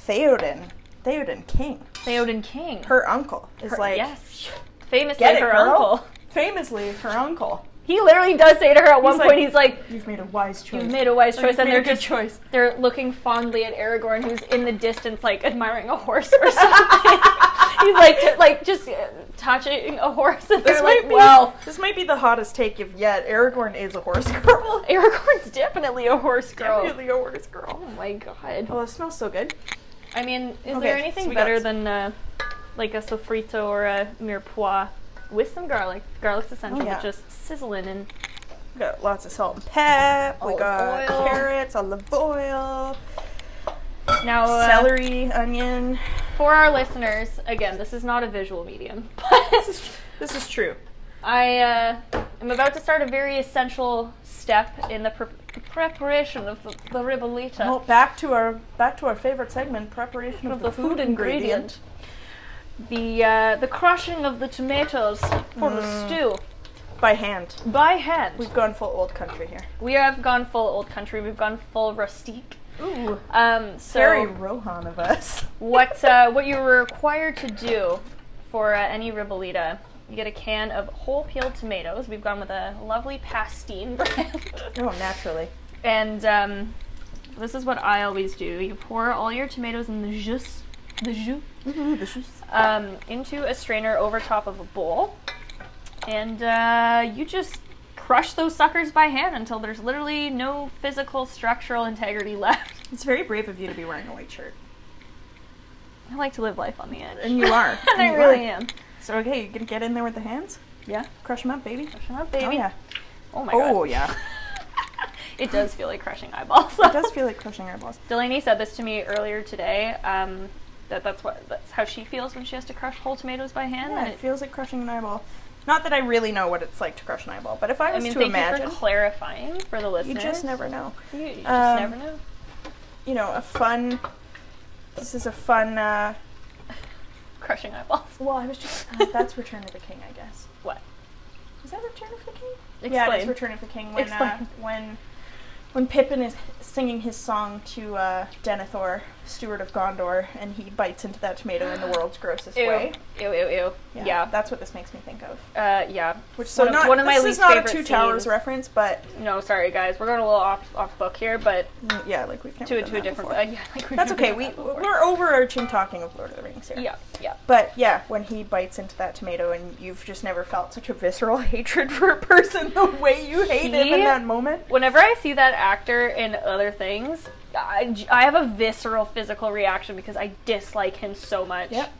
Speaker 1: Theoden, Theoden King,
Speaker 2: Theoden King,
Speaker 1: her uncle, is
Speaker 2: Her-
Speaker 1: like
Speaker 2: yes, famously
Speaker 1: Get it,
Speaker 2: her
Speaker 1: girl?
Speaker 2: uncle.
Speaker 1: famously her uncle.
Speaker 2: He literally does say to her at one
Speaker 1: like-
Speaker 2: point, he's like.
Speaker 1: You've made a wise choice.
Speaker 2: Oh, You've made a wise
Speaker 1: Or you've
Speaker 2: choice, and
Speaker 1: made a
Speaker 2: they're
Speaker 1: good
Speaker 2: just
Speaker 1: choice.
Speaker 2: they're looking fondly at Aragorn, who's in the distance, like admiring a horse or something. He's like, t- like just uh, touching a horse, and
Speaker 1: This
Speaker 2: they're
Speaker 1: might
Speaker 2: like,
Speaker 1: be
Speaker 2: "Well,
Speaker 1: this might be the hottest take you've yet. Aragorn is a horse girl.
Speaker 2: Aragorn's definitely a horse girl."
Speaker 1: Definitely a horse girl.
Speaker 2: Oh my god!
Speaker 1: Oh, it smells so good.
Speaker 2: I mean, is
Speaker 1: Okay,
Speaker 2: there
Speaker 1: so
Speaker 2: anything
Speaker 1: we got-
Speaker 2: better than uh, like a sofrito or a mirepoix with some garlic? Garlic's essential,
Speaker 1: yeah.
Speaker 2: but just sizzling and
Speaker 1: We got lots of salt and pep. we
Speaker 2: Olive
Speaker 1: got
Speaker 2: oil.
Speaker 1: carrots, olive oil,
Speaker 2: now uh,
Speaker 1: celery, onion.
Speaker 2: for our listeners. Again, this is not a visual medium, but
Speaker 1: This is true.
Speaker 2: I uh, am about to start a very essential step in the pre- preparation of the, the ribolita.
Speaker 1: Well, back to our back to our favorite segment, preparation of, the, food, ingredient.
Speaker 2: The uh, the crushing of the tomatoes for
Speaker 1: Mm.
Speaker 2: the stew
Speaker 1: by hand.
Speaker 2: by hand.
Speaker 1: We've gone full old country here.
Speaker 2: we have gone full old country. We've gone full rustique.
Speaker 1: Ooh,
Speaker 2: Um, so
Speaker 1: very Rohan of us.
Speaker 2: what uh, what you're required to do for uh, any ribolita, you get a can of whole peeled tomatoes. We've gone with a lovely pastine brand.
Speaker 1: Oh, naturally.
Speaker 2: and um, This is what I always do. You pour all your tomatoes in the jus, the jus, um, into a strainer over top of a bowl, and uh, you just crush those suckers by hand until there's literally no physical structural integrity left.
Speaker 1: It's very brave of you to be wearing a white shirt.
Speaker 2: I like to live life on the edge,
Speaker 1: And you are.
Speaker 2: and I
Speaker 1: You
Speaker 2: really
Speaker 1: are.
Speaker 2: am.
Speaker 1: So okay, you gonna get in there with the hands,
Speaker 2: Yeah,
Speaker 1: crush them up, baby.
Speaker 2: crush 'em up, baby.
Speaker 1: Oh yeah.
Speaker 2: Oh my god.
Speaker 1: Oh yeah.
Speaker 2: it does feel like crushing eyeballs.
Speaker 1: It does feel like crushing our balls.
Speaker 2: Delaney said this to me earlier today. Um, that that's what that's how she feels when she has to crush whole tomatoes by hand.
Speaker 1: Yeah,
Speaker 2: and
Speaker 1: it feels like crushing an eyeball. Not that I really know what it's like to crush an eyeball, but if I
Speaker 2: I
Speaker 1: was
Speaker 2: mean,
Speaker 1: to
Speaker 2: thank
Speaker 1: imagine,
Speaker 2: you for clarifying for the
Speaker 1: you
Speaker 2: listeners.
Speaker 1: just never know.
Speaker 2: You, you just
Speaker 1: Um,
Speaker 2: never know.
Speaker 1: You know, a fun. This is a fun. Uh,
Speaker 2: Crushing eyeballs.
Speaker 1: well, I was just. uh, that's Return of the King, I guess.
Speaker 2: What?
Speaker 1: Is that Return of the King? Yeah,
Speaker 2: Explain.
Speaker 1: it's Return of the King when uh,
Speaker 2: Explain.
Speaker 1: when when Pippin is singing his song to uh, Denethor, Steward of Gondor, and he bites into that tomato in the world's grossest way.
Speaker 2: Ew, ew, ew, ew. Yeah.
Speaker 1: that's what this makes me think of.
Speaker 2: Uh, yeah.
Speaker 1: Which
Speaker 2: one
Speaker 1: so
Speaker 2: of,
Speaker 1: not
Speaker 2: one of my
Speaker 1: this
Speaker 2: least
Speaker 1: is not a
Speaker 2: favorite
Speaker 1: Two Towers
Speaker 2: scenes-
Speaker 1: reference, but
Speaker 2: No, sorry guys, we're going a little off off book here, but
Speaker 1: mm, yeah, like we've never
Speaker 2: to a
Speaker 1: done
Speaker 2: to a
Speaker 1: that
Speaker 2: different.
Speaker 1: before.
Speaker 2: Uh, yeah, like we've
Speaker 1: That's
Speaker 2: never
Speaker 1: okay.
Speaker 2: done
Speaker 1: We
Speaker 2: that before.
Speaker 1: we're overarching talking of Lord of the Rings here.
Speaker 2: Yeah, yeah.
Speaker 1: But yeah, when he bites into that tomato, and you've just never felt such a visceral hatred for a person the way you hate him in
Speaker 2: He-
Speaker 1: that moment.
Speaker 2: whenever I see that actor in other things, I, j- I have a visceral physical reaction because I dislike him so much.
Speaker 1: Yep.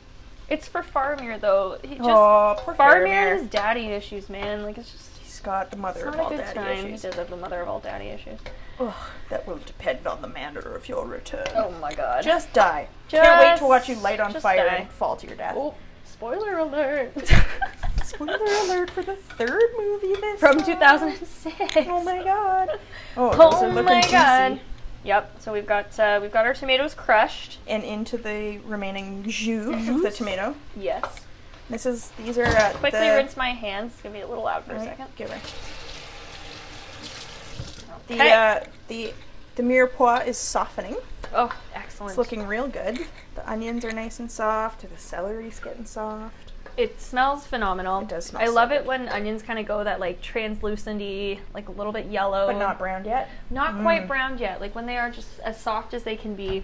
Speaker 2: It's for Faramir though. He just
Speaker 1: Aw, poor
Speaker 2: Faramir,
Speaker 1: Faramir.
Speaker 2: has daddy issues, man. Like it's just
Speaker 1: He's got the
Speaker 2: it's
Speaker 1: mother
Speaker 2: not
Speaker 1: of all
Speaker 2: a good
Speaker 1: daddy
Speaker 2: time.
Speaker 1: issues.
Speaker 2: He does have the mother of all daddy issues.
Speaker 1: Ugh, that will depend on the manner of your return.
Speaker 2: Oh my god.
Speaker 1: Just die. Can't wait
Speaker 2: Just-
Speaker 1: to watch you light on
Speaker 2: just
Speaker 1: fire
Speaker 2: die.
Speaker 1: and fall to your death.
Speaker 2: oh, spoiler alert.
Speaker 1: Spoiler alert for the third movie this
Speaker 2: From
Speaker 1: time.
Speaker 2: 2006.
Speaker 1: Oh my god. Oh, those are
Speaker 2: Oh
Speaker 1: looking
Speaker 2: my
Speaker 1: juicy.
Speaker 2: god. Yep. So we've got uh, we've got our tomatoes crushed.
Speaker 1: And into the remaining jus of the tomato.
Speaker 2: Yes.
Speaker 1: This is these are uh,
Speaker 2: Quickly
Speaker 1: the,
Speaker 2: rinse my hands. It's gonna be a little loud for a
Speaker 1: Alright,
Speaker 2: second.
Speaker 1: Get ready. The
Speaker 2: Okay.
Speaker 1: uh, the the mirepoix is softening.
Speaker 2: Oh, excellent.
Speaker 1: It's looking real good. The onions are nice and soft. The celery's getting soft.
Speaker 2: It smells phenomenal.
Speaker 1: It does smell
Speaker 2: I
Speaker 1: so
Speaker 2: love it when onions kind of go that like translucenty, like a little bit yellow,
Speaker 1: But not browned yet.
Speaker 2: not
Speaker 1: Mm.
Speaker 2: quite browned yet. Like when they are just as soft as they can
Speaker 1: Oh,
Speaker 2: be.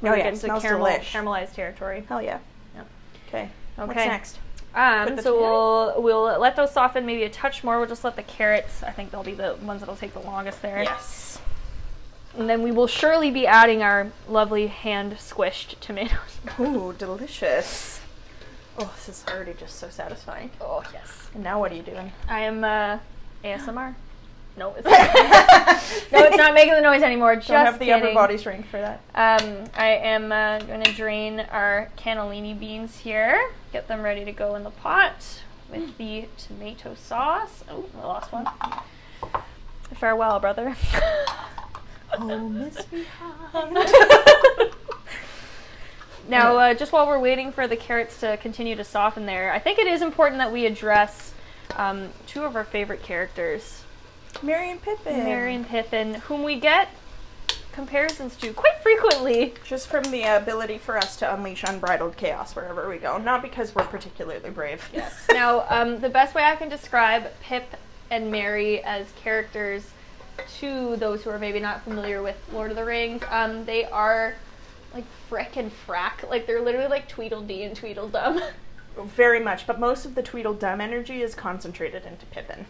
Speaker 2: when we
Speaker 1: yeah,
Speaker 2: get
Speaker 1: it
Speaker 2: into
Speaker 1: smells
Speaker 2: caramel,
Speaker 1: delish.
Speaker 2: caramelized territory.
Speaker 1: Hell yeah.
Speaker 2: Yep.
Speaker 1: Okay. What's
Speaker 2: Okay.
Speaker 1: next? Put
Speaker 2: Um,
Speaker 1: the
Speaker 2: so we'll we'll let those soften maybe a touch more. We'll just let the carrots. I think they'll be the ones that'll take the longest there.
Speaker 1: Yes.
Speaker 2: And then we will surely be adding our lovely hand squished tomatoes.
Speaker 1: Ooh, delicious. Oh, this is already just so satisfying.
Speaker 2: Oh yes.
Speaker 1: And now what are you doing?
Speaker 2: I am uh, ASMR. No, it's no, it's not making the noise anymore. Just
Speaker 1: Don't have the upper
Speaker 2: kidding.
Speaker 1: body strength for that.
Speaker 2: Um, I am uh, going to drain our cannellini beans here. Get them ready to go in the pot
Speaker 1: Mm.
Speaker 2: with the tomato sauce. Oh, I lost one. Farewell, brother.
Speaker 1: Oh, miss me
Speaker 2: Now, uh, just while we're waiting for the carrots to continue to soften there, I think it is important that we address um, two of our favorite characters,
Speaker 1: Mary and Pippin.
Speaker 2: Mary and Pippin, whom we get comparisons to quite frequently.
Speaker 1: Just from the ability for us to unleash unbridled chaos wherever we go. Not because we're particularly brave. Yes.
Speaker 2: now, um, the best way I can describe Pip and Mary as characters to those who are maybe not familiar with Lord of the Rings, um, they are like frick and frack. Like they're literally like Tweedledee and Tweedledum.
Speaker 1: Very much, but most of the Tweedledum energy is concentrated into Pippin.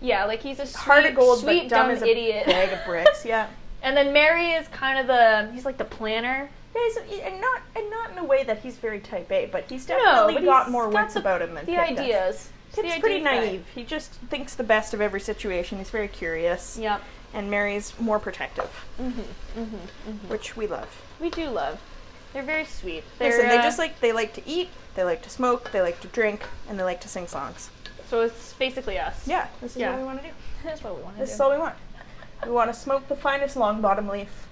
Speaker 2: yeah, like he's a sweet,
Speaker 1: Heart of gold,
Speaker 2: sweet
Speaker 1: but dumb,
Speaker 2: dumb
Speaker 1: as a
Speaker 2: idiot.
Speaker 1: bag of bricks. Yeah.
Speaker 2: and then Mary is kind of the he's like the planner.
Speaker 1: Yeah, he's, he- and not and not in a way that he's very type A, but he's
Speaker 2: no,
Speaker 1: definitely
Speaker 2: but
Speaker 1: got
Speaker 2: he's
Speaker 1: more
Speaker 2: got
Speaker 1: wits
Speaker 2: the,
Speaker 1: about him than
Speaker 2: the
Speaker 1: Pip does.
Speaker 2: ideas. The
Speaker 1: Pip's pretty
Speaker 2: ideas guy.
Speaker 1: naive. He just thinks the best of every situation. He's very curious.
Speaker 2: Yep.
Speaker 1: And Mary's more protective,
Speaker 2: Mm-hmm, mm-hmm, mm-hmm.
Speaker 1: which we love.
Speaker 2: We do love. They're very sweet. They're,
Speaker 1: Listen, they
Speaker 2: uh,
Speaker 1: just like they like to eat, they like to smoke, they like to drink, and they like to sing songs.
Speaker 2: so it's basically us.
Speaker 1: Yeah, this is
Speaker 2: Yeah.
Speaker 1: what we want to do.
Speaker 2: That's what we want to
Speaker 1: This
Speaker 2: do.
Speaker 1: is all we want. We want to smoke the finest long bottom leaf,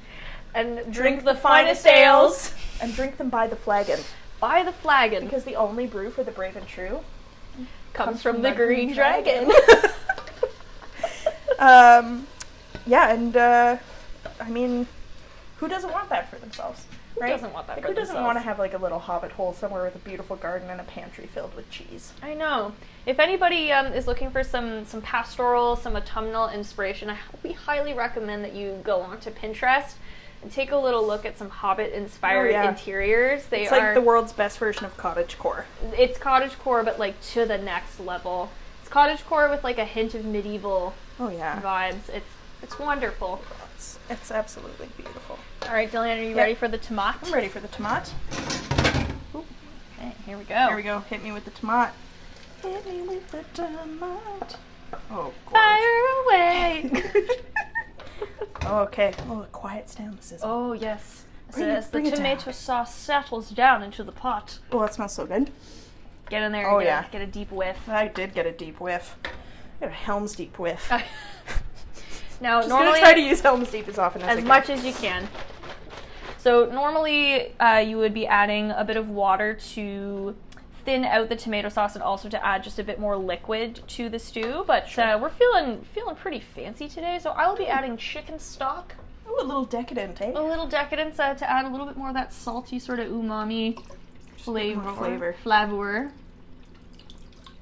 Speaker 2: and drink, the, finest ales.
Speaker 1: and drink them by the flagon.
Speaker 2: By the flagon
Speaker 1: Because the only brew for the brave and true
Speaker 2: comes from, the green, dragon.
Speaker 1: um, yeah, and uh, I mean, Who doesn't want that for themselves?
Speaker 2: Who
Speaker 1: right?
Speaker 2: doesn't want that
Speaker 1: Like,
Speaker 2: for
Speaker 1: who doesn't want to
Speaker 2: themselves?
Speaker 1: have like a little hobbit hole somewhere with a beautiful garden and a pantry filled with cheese?
Speaker 2: I know. If anybody um, is looking for some some pastoral, some autumnal inspiration, I, we highly recommend that you go onto Pinterest and take a little look at some Hobbit-inspired
Speaker 1: Oh, yeah.
Speaker 2: interiors. They
Speaker 1: it's
Speaker 2: are
Speaker 1: like the world's best version of cottage core.
Speaker 2: it's cottagecore, but like to the next level. It's cottagecore with like a hint of medieval
Speaker 1: Oh yeah,
Speaker 2: vibes. It's it's wonderful.
Speaker 1: it's, it's absolutely beautiful.
Speaker 2: All right, Dylan, are you
Speaker 1: Yep.
Speaker 2: ready for the tomat?
Speaker 1: I'm ready for the tomat.
Speaker 2: Okay, here we go.
Speaker 1: Here we go. Hit me with the tomat. Hit me with the tomat. Oh, gorge.
Speaker 2: Fire away.
Speaker 1: Oh, okay. Oh, it quiets down the sizzle.
Speaker 2: oh yes.
Speaker 1: Bring it-
Speaker 2: As the
Speaker 1: bring it down.
Speaker 2: tomato sauce settles down into the pot.
Speaker 1: Oh, that smells so good.
Speaker 2: Get in there.
Speaker 1: Oh,
Speaker 2: and get,
Speaker 1: yeah.
Speaker 2: a, get a deep whiff.
Speaker 1: I did get a deep whiff. I got a Helm's Deep whiff.
Speaker 2: now,
Speaker 1: Just gonna
Speaker 2: normally,
Speaker 1: try to use Helm's Deep as often as, I
Speaker 2: as
Speaker 1: can.
Speaker 2: much as you can. So normally, uh, you would be adding a bit of water to thin out the tomato sauce and also to add just a bit more liquid to the stew. But uh, we're feeling feeling pretty fancy today, so I will be adding chicken stock,
Speaker 1: Ooh, a little decadent, eh?
Speaker 2: a little decadence uh, to add a little bit more of that salty sort of umami flavor.
Speaker 1: flavor.
Speaker 2: Flavor.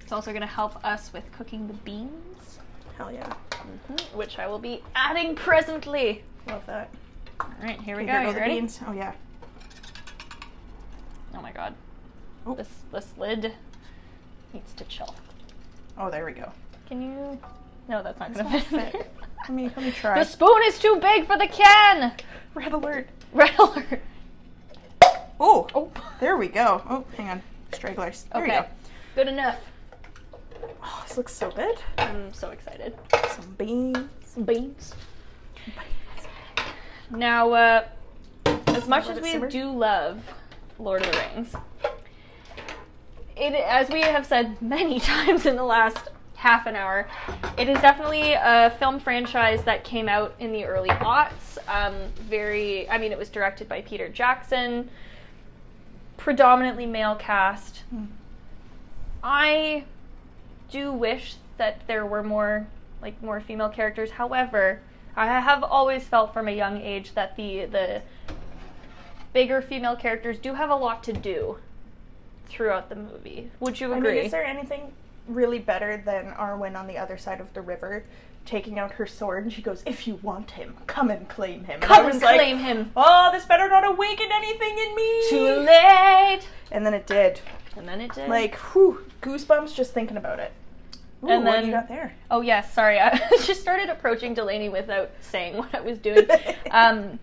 Speaker 2: It's also going to help us with cooking the beans,
Speaker 1: Hell yeah.
Speaker 2: which I will be adding presently.
Speaker 1: Love that.
Speaker 2: All right, here we
Speaker 1: Okay,
Speaker 2: go.
Speaker 1: here
Speaker 2: You
Speaker 1: go the
Speaker 2: ready?
Speaker 1: beans. Oh yeah.
Speaker 2: Oh my god.
Speaker 1: Oh.
Speaker 2: This this lid needs to chill.
Speaker 1: Oh, there we go.
Speaker 2: Can you No, that's not
Speaker 1: It's
Speaker 2: gonna
Speaker 1: not
Speaker 2: fit. in
Speaker 1: fit.
Speaker 2: there.
Speaker 1: Let me- let me try.
Speaker 2: The spoon is too big for the can!
Speaker 1: Red alert.
Speaker 2: Red alert.
Speaker 1: Oh,
Speaker 2: Oh
Speaker 1: there we go. Oh, hang on. Stragglers. There
Speaker 2: Okay. Good enough.
Speaker 1: we go. Oh, this looks so good.
Speaker 2: I'm so excited.
Speaker 1: Some beans.
Speaker 2: Beans. Now uh as much
Speaker 1: Let
Speaker 2: as
Speaker 1: it
Speaker 2: we
Speaker 1: simmer.
Speaker 2: do love Lord of the Rings, it, as we have said many times in the last half an hour, it is definitely a film franchise that came out in the early aughts. Um, very, I mean, it was directed by Peter Jackson, predominantly male cast.
Speaker 1: Mm.
Speaker 2: I do wish that there were more, like, more female characters. However, I have always felt from a young age that the the bigger female characters do have a lot to do throughout the movie. Would you
Speaker 1: I
Speaker 2: agree?
Speaker 1: mean, is there anything really better than Arwen on the other side of the river taking out her sword and she goes, "If you want him, come and claim him." And I
Speaker 2: Come
Speaker 1: was
Speaker 2: and
Speaker 1: like,
Speaker 2: claim him.
Speaker 1: Oh, this better not awaken anything in me.
Speaker 2: Too late.
Speaker 1: And then it did.
Speaker 2: And then it did.
Speaker 1: Like, whew, goosebumps just thinking about it. Ooh,
Speaker 2: And
Speaker 1: what do
Speaker 2: then-
Speaker 1: you got there?
Speaker 2: oh yes, sorry, I just started approaching Delaney without saying what I was doing. um,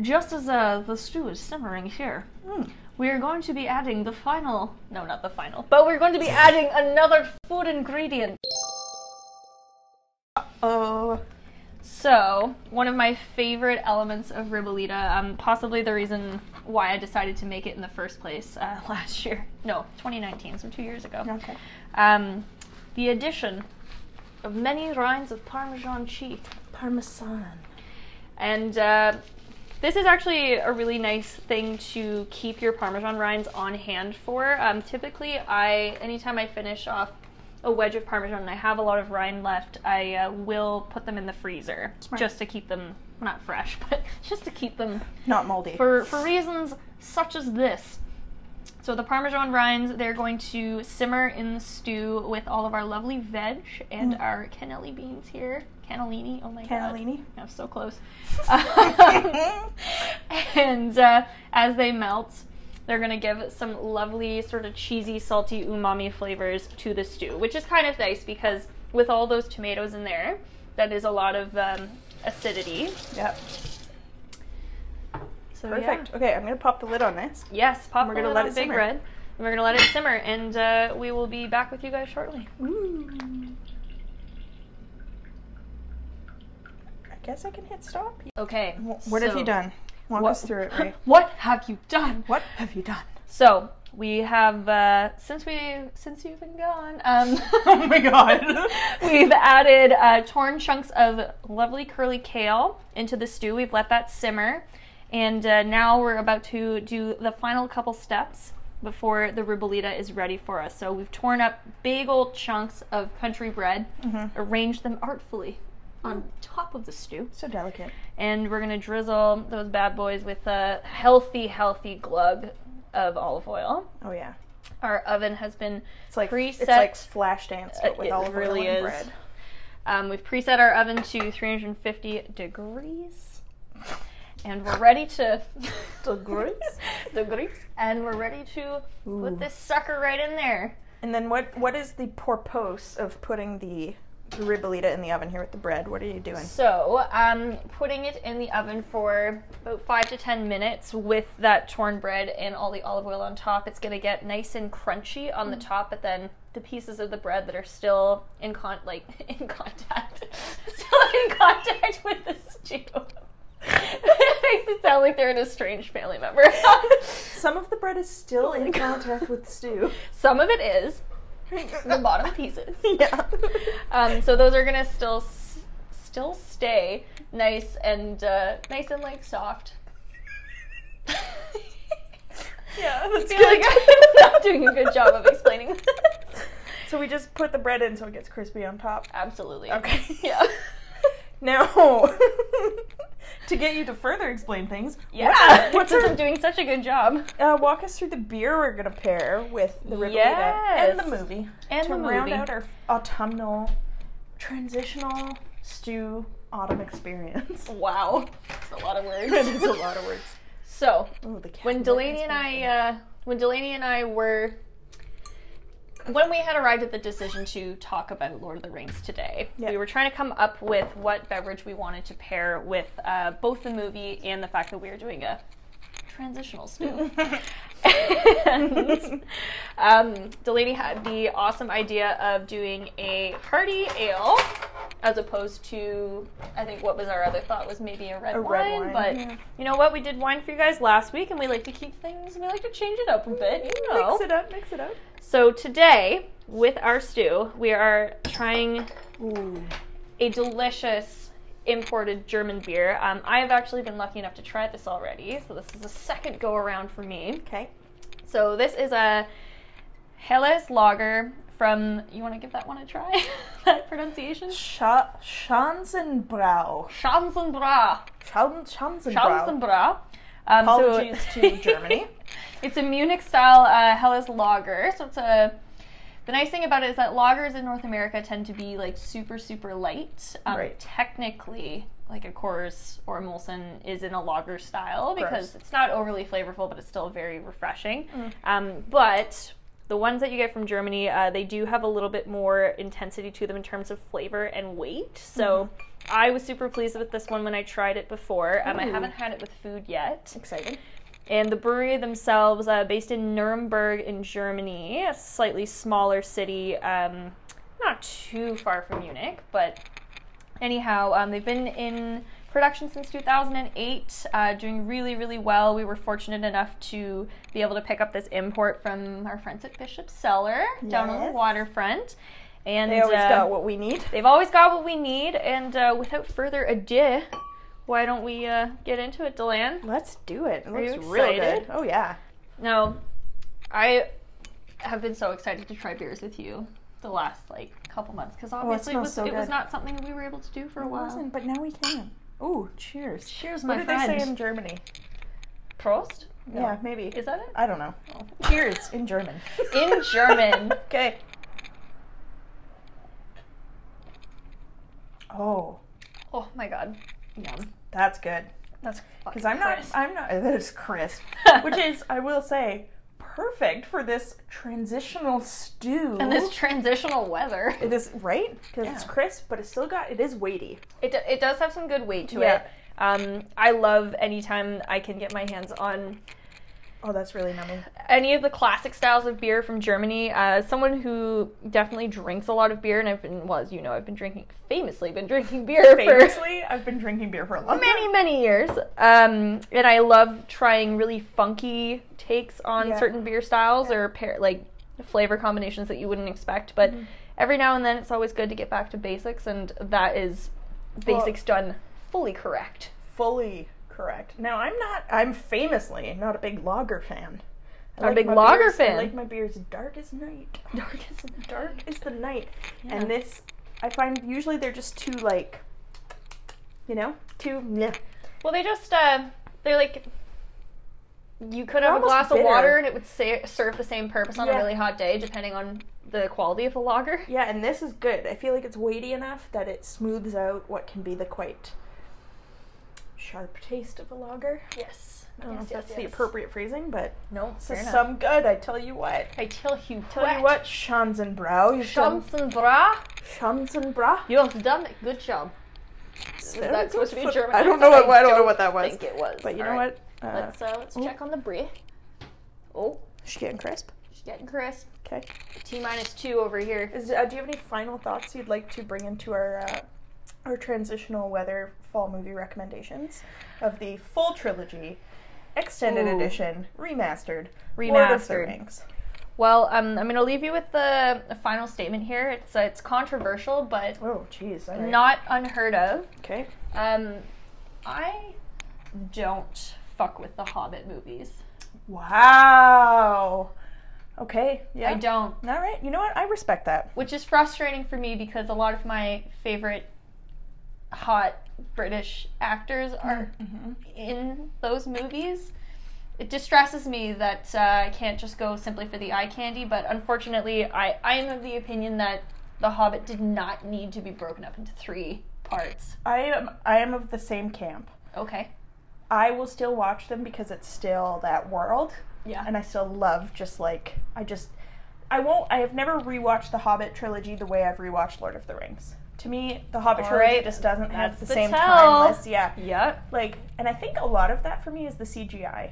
Speaker 2: just as uh, the stew is simmering here,
Speaker 1: Hmm.
Speaker 2: we are going to be adding the final. No, not the final, but we're going to be adding another food ingredient. Uh,
Speaker 1: Oh,
Speaker 2: So, one of my favorite elements of Ribolita, um, possibly the reason why I decided to make it in the first place uh, last year. No, 2019, so two years ago.
Speaker 1: okay.
Speaker 2: Um, the addition of many rinds of Parmesan cheese.
Speaker 1: Parmesan.
Speaker 2: And uh, this is actually a really nice thing to keep your Parmesan rinds on hand for. Um, typically, I anytime I finish off a wedge of Parmesan and I have a lot of rind left, I uh, will put them in the freezer
Speaker 1: Smart.
Speaker 2: just to keep them not fresh, but just to keep them
Speaker 1: Not moldy.
Speaker 2: for for reasons such as this. So the parmesan rinds, they're going to simmer in the stew with all of our lovely veg and
Speaker 1: Mm.
Speaker 2: our cannellini beans here. Cannellini, oh my
Speaker 1: Cannellini.
Speaker 2: god. I'm so close. Um, and uh, as they melt, they're going to give some lovely sort of cheesy, salty umami flavors to the stew, which is kind of nice because with all those tomatoes in there, that is a lot of um, acidity.
Speaker 1: Yep.
Speaker 2: So yeah.
Speaker 1: Perfect. Okay, I'm gonna pop the lid on this.
Speaker 2: Yes, pop
Speaker 1: We're
Speaker 2: the
Speaker 1: gonna
Speaker 2: lid
Speaker 1: let
Speaker 2: on
Speaker 1: it
Speaker 2: Big
Speaker 1: simmer.
Speaker 2: Red. And we're gonna let it simmer, and uh, we will be back with you guys shortly.
Speaker 1: I guess I can hit stop.
Speaker 2: Okay.
Speaker 1: Wh- What have
Speaker 2: so-
Speaker 1: you done? Walk
Speaker 2: What-
Speaker 1: us through it, Ray.
Speaker 2: what have you done?
Speaker 1: what have you done?
Speaker 2: So we have uh, since we since you've been gone. Um,
Speaker 1: Oh my God.
Speaker 2: we've added uh, torn chunks of lovely curly kale into the stew. We've let that simmer, and uh, now we're about to do the final couple steps before the rubolita is ready for us.
Speaker 1: Mm-hmm.
Speaker 2: So we've torn up big old chunks of country bread, arranged them artfully on top of the stew.
Speaker 1: So delicate.
Speaker 2: And we're gonna drizzle those bad boys with a healthy, healthy glug of olive oil.
Speaker 1: Oh yeah.
Speaker 2: Our oven has been
Speaker 1: It's like
Speaker 2: preset.
Speaker 1: it's like flash dance
Speaker 2: Uh,
Speaker 1: but with
Speaker 2: it
Speaker 1: olive
Speaker 2: really
Speaker 1: oil and
Speaker 2: is.
Speaker 1: bread.
Speaker 2: Um, we've preset our oven to 350 degrees, and we're ready to
Speaker 1: Degrees?
Speaker 2: degrees, and we're ready to
Speaker 1: Ooh.
Speaker 2: put this sucker right in there.
Speaker 1: And then what what is the purpose of putting the ribolita in the oven here with the bread? What are you doing?
Speaker 2: So, um, putting it in the oven for about five to ten minutes with that torn bread and all the olive oil on top. It's gonna get nice and crunchy on the top, but then the pieces of the bread that are still in con like in contact, still in contact with the stew. it makes it sound like they're an estranged family member.
Speaker 1: Some of the bread is still in contact with stew.
Speaker 2: Some of it is the bottom pieces.
Speaker 1: Yeah.
Speaker 2: Um, so those are gonna still s- still stay nice and uh, nice and like soft.
Speaker 1: Yeah,
Speaker 2: I
Speaker 1: that's
Speaker 2: feel
Speaker 1: good.
Speaker 2: like I'm not doing a good job of explaining this.
Speaker 1: So we just put the bread in so it gets crispy on top.
Speaker 2: Absolutely.
Speaker 1: Okay.
Speaker 2: Yeah.
Speaker 1: Now, to get you to further explain things,
Speaker 2: Yeah.
Speaker 1: what's,
Speaker 2: Since I'm
Speaker 1: what's
Speaker 2: doing such a good job.
Speaker 1: our, uh, walk us through the beer we're gonna pair with the ribolita and
Speaker 2: Yes.
Speaker 1: the movie
Speaker 2: And
Speaker 1: to
Speaker 2: the movie.
Speaker 1: round out our autumnal, transitional stew autumn experience.
Speaker 2: Wow. That's a lot of words.
Speaker 1: That is a lot of words.
Speaker 2: So
Speaker 1: Oh, the cat
Speaker 2: when
Speaker 1: noise
Speaker 2: Delaney
Speaker 1: is
Speaker 2: and
Speaker 1: making
Speaker 2: I, uh, when Delaney and I were, when we had arrived at the decision to talk about Lord of the Rings today,
Speaker 1: Yeah.
Speaker 2: we were trying to come up with what beverage we wanted to pair with uh, both the movie and the fact that we were doing a transitional stew. and um, Delaney had the awesome idea of doing a hearty ale. As opposed to, I think what was our other thought was maybe a red,
Speaker 1: A red wine,
Speaker 2: wine, but
Speaker 1: yeah.
Speaker 2: you know what? We did wine for you guys last week, and we like to keep things. We like to change it up a bit, you know.
Speaker 1: Mix it up, mix it up.
Speaker 2: So today, with our stew, we are trying
Speaker 1: Ooh.
Speaker 2: a delicious imported German beer. Um, I have actually been lucky enough to try this already, so this is the second go around for me.
Speaker 1: Okay.
Speaker 2: So this is a Helles Lager from. You want to give that one a try? that pronunciation?
Speaker 1: Scha- Schanzenbrau.
Speaker 2: Schanzenbra.
Speaker 1: Schaden- Schanzenbrau.
Speaker 2: Schanzenbra. Um, so-
Speaker 1: Apologies to Germany.
Speaker 2: It's a Munich style uh, Helles lager. So it's a. The nice thing about it is that lagers in North America tend to be like super super light. Um,
Speaker 1: Right.
Speaker 2: Technically, like a Coors or a Molson is in a lager style because
Speaker 1: Gross.
Speaker 2: it's not overly flavorful, but it's still very refreshing. Um, but the ones that you get from Germany, uh, they do have a little bit more intensity to them in terms of flavor and weight. So. I was super pleased with this one when I tried it before. Um, I
Speaker 1: Ooh.
Speaker 2: haven't had it with food yet.
Speaker 1: Exciting.
Speaker 2: And the brewery themselves, uh, based in Nuremberg in Germany, a slightly smaller city, um, not too far from Munich, but anyhow, um, they've been in production since 2008, uh, doing really, really well. We were fortunate enough to be able to pick up this import from our friends at Bishop Cellar down on the
Speaker 1: Yes.
Speaker 2: waterfront. And
Speaker 1: They always
Speaker 2: uh,
Speaker 1: got what we need.
Speaker 2: They've always got what we need, and uh, without further ado, why don't we uh, get into it, Delan?
Speaker 1: Let's do it. It
Speaker 2: you
Speaker 1: looks real good.
Speaker 2: excited?
Speaker 1: Oh yeah.
Speaker 2: No, I have been so excited to try beers with you the last like couple months because obviously it,
Speaker 1: Oh, smells
Speaker 2: was,
Speaker 1: so
Speaker 2: it was
Speaker 1: good.
Speaker 2: not something that we were able to do for a
Speaker 1: It
Speaker 2: while.
Speaker 1: wasn't, but now we can. Ooh, cheers.
Speaker 2: Cheers,
Speaker 1: What
Speaker 2: my
Speaker 1: do they
Speaker 2: friend.
Speaker 1: say in Germany?
Speaker 2: Prost. No.
Speaker 1: Yeah, Uh, maybe.
Speaker 2: Is that it? Oh,
Speaker 1: I don't know. Cheers in German.
Speaker 2: In German.
Speaker 1: okay. Oh,
Speaker 2: Oh my god. Yum.
Speaker 1: that's good.
Speaker 2: That's
Speaker 1: Because I'm not. I'm not. That is crisp, which is, I will say, perfect for this transitional stew.
Speaker 2: in this transitional weather.
Speaker 1: it is right because it's
Speaker 2: Yeah.
Speaker 1: crisp, but it's still got. It is weighty.
Speaker 2: It, do- it does have some good weight to
Speaker 1: Yeah.
Speaker 2: it. Um, I love anytime I can get my hands on
Speaker 1: Oh, that's really numbing.
Speaker 2: any of the classic styles of beer from Germany. Uh, someone who definitely drinks a lot of beer, and I've been, well, as you know, I've been drinking, famously been drinking beer for
Speaker 1: Famously, I've been drinking beer for a long
Speaker 2: many,
Speaker 1: time.
Speaker 2: many years. Um, and I love trying really funky takes on
Speaker 1: Yeah.
Speaker 2: certain beer styles or pair, like flavor combinations that you wouldn't expect. But
Speaker 1: Mm-hmm.
Speaker 2: every now and then, it's always good to get back to basics, and that is
Speaker 1: Well-
Speaker 2: basics done fully correct.
Speaker 1: Fully correct. Now, I'm not. I'm famously not a big lager fan. I
Speaker 2: Not a big lager
Speaker 1: beers-
Speaker 2: fan.
Speaker 1: I like my beers dark as night.
Speaker 2: Dark as
Speaker 1: Dark is the night.
Speaker 2: Yeah.
Speaker 1: And this, I find usually they're just too like you know, too. Meh.
Speaker 2: Well, they just uh, they're like you could
Speaker 1: They're
Speaker 2: have a
Speaker 1: almost
Speaker 2: glass
Speaker 1: bitter.
Speaker 2: of water and it would sa- serve the same purpose on
Speaker 1: Yeah.
Speaker 2: a really hot day, depending on the quality of the lager.
Speaker 1: Yeah, and this is good. I feel like it's weighty enough that it smooths out what can be the quite sharp taste of a lager.
Speaker 2: Yes,
Speaker 1: I don't know if Oh, that's the appropriate phrasing, but
Speaker 2: No,
Speaker 1: this
Speaker 2: fair
Speaker 1: is
Speaker 2: enough.
Speaker 1: some good. I tell you what.
Speaker 2: I tell you,
Speaker 1: Tell you what, Schanzenbrau. You've done
Speaker 2: Schanzenbra,
Speaker 1: Schanzenbrau.
Speaker 2: you have done a good job.
Speaker 1: Is
Speaker 2: that supposed to be German?
Speaker 1: I don't know what I don't know
Speaker 2: don't
Speaker 1: what that
Speaker 2: I
Speaker 1: was.
Speaker 2: think it was.
Speaker 1: But you
Speaker 2: All
Speaker 1: know
Speaker 2: right.
Speaker 1: what? Uh,
Speaker 2: let's uh, let's
Speaker 1: oh.
Speaker 2: check on the brie. Oh,
Speaker 1: she's getting crisp.
Speaker 2: she's getting crisp.
Speaker 1: Okay.
Speaker 2: T minus two over here.
Speaker 1: Is, uh, do you have any final thoughts you'd like to bring into our uh, our transitional weather fall movie recommendations of the full trilogy, extended
Speaker 2: Ooh.
Speaker 1: edition, remastered, Lord of the
Speaker 2: Remastered.
Speaker 1: Rings.
Speaker 2: Well, um, I'm going to leave you with the, the final statement here. It's uh, it's controversial, but
Speaker 1: Oh, jeez. all right.
Speaker 2: not unheard of.
Speaker 1: okay.
Speaker 2: Um, I don't fuck with the Hobbit movies.
Speaker 1: Wow. Okay. Yeah.
Speaker 2: I don't,
Speaker 1: All right. You know what? I respect that.
Speaker 2: which is frustrating for me because a lot of my favorite hot British actors are
Speaker 1: Mm-hmm.
Speaker 2: in those movies. It distresses me that uh, I can't just go simply for the eye candy, but unfortunately, I, I am of the opinion that The Hobbit did not need to be broken up into three parts.
Speaker 1: I am. I am of the same camp.
Speaker 2: Okay.
Speaker 1: I will still watch them because it's still that world.
Speaker 2: Yeah.
Speaker 1: and I still love just like I just I won't I have never rewatched the Hobbit trilogy the way I've rewatched Lord of the Rings. To me, the Hobbit
Speaker 2: All
Speaker 1: trilogy
Speaker 2: right,
Speaker 1: just doesn't have
Speaker 2: that's
Speaker 1: the,
Speaker 2: the
Speaker 1: same
Speaker 2: tell.
Speaker 1: timeless. Yeah.
Speaker 2: Yep.
Speaker 1: Like and I think a lot of that for me is the CGI.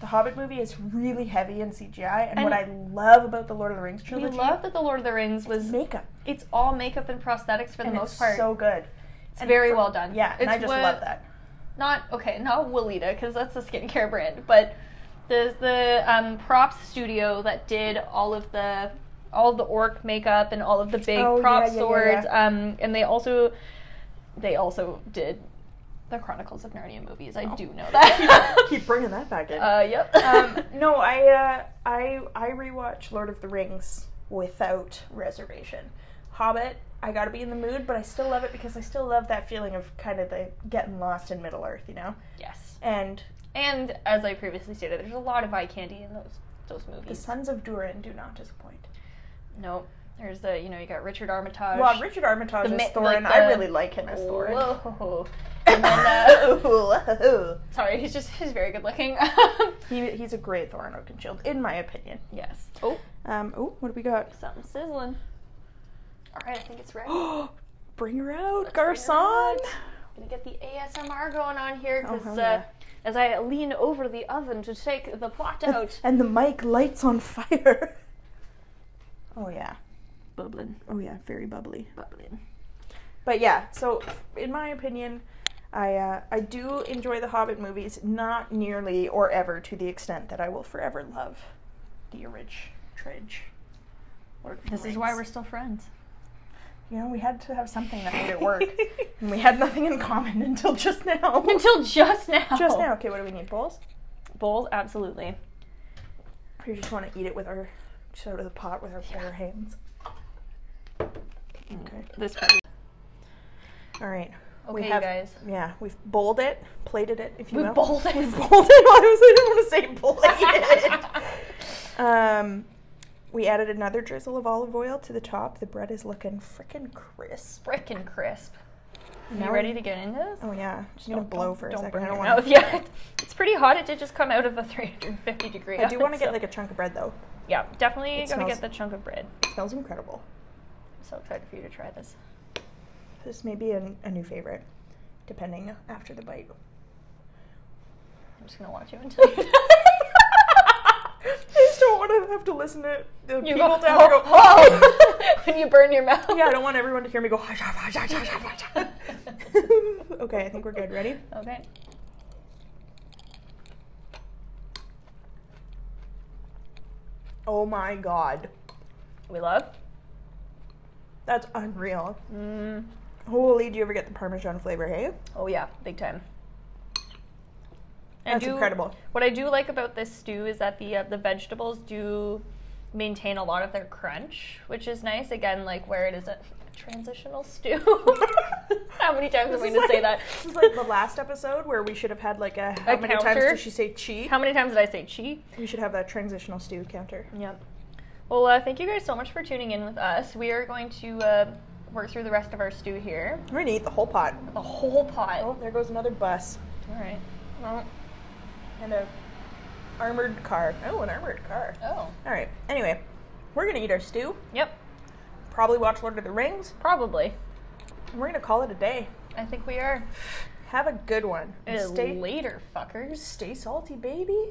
Speaker 1: The Hobbit movie is really heavy in CGI and, what I love about the Lord of the Rings
Speaker 2: We
Speaker 1: trilogy
Speaker 2: love that The Lord of the Rings was
Speaker 1: is makeup.
Speaker 2: It's all makeup and prosthetics for the
Speaker 1: and
Speaker 2: most
Speaker 1: it's
Speaker 2: part.
Speaker 1: so good.
Speaker 2: it's very
Speaker 1: for-
Speaker 2: well done.
Speaker 1: Yeah,
Speaker 2: it's
Speaker 1: and I just
Speaker 2: what-
Speaker 1: love that.
Speaker 2: Not okay, not Walita because that's a skincare brand, but the the um, props studio that did all of the all of the orc makeup and all of the big
Speaker 1: Oh,
Speaker 2: prop
Speaker 1: yeah, yeah, yeah,
Speaker 2: swords. Um, and they also they also did the Chronicles of Narnia movies. I do know that.
Speaker 1: Oh. Keep bringing that back in.
Speaker 2: uh, yep.
Speaker 1: um, no, I uh, I I rewatch Lord of the Rings without reservation. Hobbit, I gotta be in the mood, but I still love it because I still love that feeling of kind of the getting lost in Middle Earth, you know.
Speaker 2: yes.
Speaker 1: And
Speaker 2: And as I previously stated, there's a lot of eye candy in those those
Speaker 1: the
Speaker 2: movies.
Speaker 1: Sons of Durin do not disappoint.
Speaker 2: Nope. There's the you know you got Richard Armitage.
Speaker 1: Well, Richard Armitage
Speaker 2: The
Speaker 1: as
Speaker 2: ma-
Speaker 1: Thorin,
Speaker 2: like
Speaker 1: I
Speaker 2: the-
Speaker 1: really like him as Thorin.
Speaker 2: Whoa. And then,
Speaker 1: Whoa.
Speaker 2: uh, sorry, he's just he's very good looking.
Speaker 1: he, he's a great Thorin Oakenshield, in my opinion.
Speaker 2: yes. Oh,
Speaker 1: Um, oh, what do we got?
Speaker 2: something sizzling. All right, I think it's ready. I'm
Speaker 1: Bring her out,
Speaker 2: bring her
Speaker 1: Garcon.
Speaker 2: gonna get the ASMR going on here
Speaker 1: Oh,
Speaker 2: because
Speaker 1: hell
Speaker 2: uh,
Speaker 1: yeah.
Speaker 2: as I lean over the oven to take the pot out,
Speaker 1: And the mic lights on fire. Oh yeah.
Speaker 2: bubbling,
Speaker 1: Oh yeah, very bubbly.
Speaker 2: bubbling.
Speaker 1: But yeah, so in my opinion, I uh, I do enjoy the Hobbit movies, not nearly or ever to the extent that I will forever love the orig tridge. Lord of the
Speaker 2: This is why we're
Speaker 1: Rings.
Speaker 2: still friends.
Speaker 1: you know we had to have something that made it work, and we had nothing in common until just now.
Speaker 2: Until just now.
Speaker 1: just now. Okay, what do we need? Bowls.
Speaker 2: Bowls, absolutely.
Speaker 1: We just want to eat it with our just out of the pot with our bare hands. Okay.
Speaker 2: This part.
Speaker 1: All right.
Speaker 2: Okay,
Speaker 1: we
Speaker 2: you
Speaker 1: have,
Speaker 2: guys.
Speaker 1: Yeah, we've bowled it, plated it, if you
Speaker 2: We
Speaker 1: will.
Speaker 2: bowled it.
Speaker 1: We've bowled it. Why was I didn't want to say plated. um, we added another drizzle of olive oil to the top. The bread is looking frickin' crisp.
Speaker 2: Frickin' crisp.
Speaker 1: Now
Speaker 2: You ready to get into this?
Speaker 1: Oh yeah, just gonna blow for a
Speaker 2: don't
Speaker 1: second.
Speaker 2: burn
Speaker 1: I don't wanna-
Speaker 2: your mouth. Yeah, it's pretty hot. It did just come out of a 350 degree.
Speaker 1: I do want to get
Speaker 2: oven,
Speaker 1: like a chunk of bread though.
Speaker 2: so- yeah, definitely
Speaker 1: It
Speaker 2: gonna
Speaker 1: smells-
Speaker 2: get the chunk of bread.
Speaker 1: It smells incredible.
Speaker 2: I'm so excited for you to try this.
Speaker 1: This may be an, a new favorite, depending after the bite.
Speaker 2: I'm just gonna watch you until you.
Speaker 1: I just don't want to have to listen to the
Speaker 2: You
Speaker 1: people
Speaker 2: go,
Speaker 1: down there go.
Speaker 2: "Oh." when you burn your mouth.
Speaker 1: Yeah, I don't want everyone to hear me go. okay, I think we're good. Ready?
Speaker 2: Okay.
Speaker 1: Oh my god,
Speaker 2: We love.
Speaker 1: that's unreal.
Speaker 2: Mm.
Speaker 1: Holy, do you ever get the Parmesan flavor? Hey,
Speaker 2: Oh yeah, big time. I
Speaker 1: that's
Speaker 2: do-
Speaker 1: incredible.
Speaker 2: What I do like about this stew is that the uh, the vegetables do maintain a lot of their crunch, which is nice. Again, like where it is a transitional stew. How many times
Speaker 1: This
Speaker 2: am I going
Speaker 1: is
Speaker 2: to say
Speaker 1: like-
Speaker 2: that?
Speaker 1: This is like the last episode where we should have had like a how
Speaker 2: A
Speaker 1: many times
Speaker 2: counter?
Speaker 1: did she say chi?
Speaker 2: How many times did I say chi?
Speaker 1: we should have that transitional stew counter.
Speaker 2: Yep. Well, uh, thank you guys so much for tuning in with us. We are going to uh, work through the rest of our stew here.
Speaker 1: We're gonna eat the whole pot.
Speaker 2: The whole pot.
Speaker 1: Oh, there goes another bus
Speaker 2: All right. Well,
Speaker 1: and a armored car. Oh, an armored car.
Speaker 2: oh.
Speaker 1: All right. Anyway, we're gonna eat our stew.
Speaker 2: Yep.
Speaker 1: Probably watch Lord of the Rings.
Speaker 2: Probably.
Speaker 1: And we're gonna call it a day.
Speaker 2: I think we are.
Speaker 1: Have a good one. And
Speaker 2: Uh,
Speaker 1: stay
Speaker 2: later, fuckers.
Speaker 1: stay salty, baby.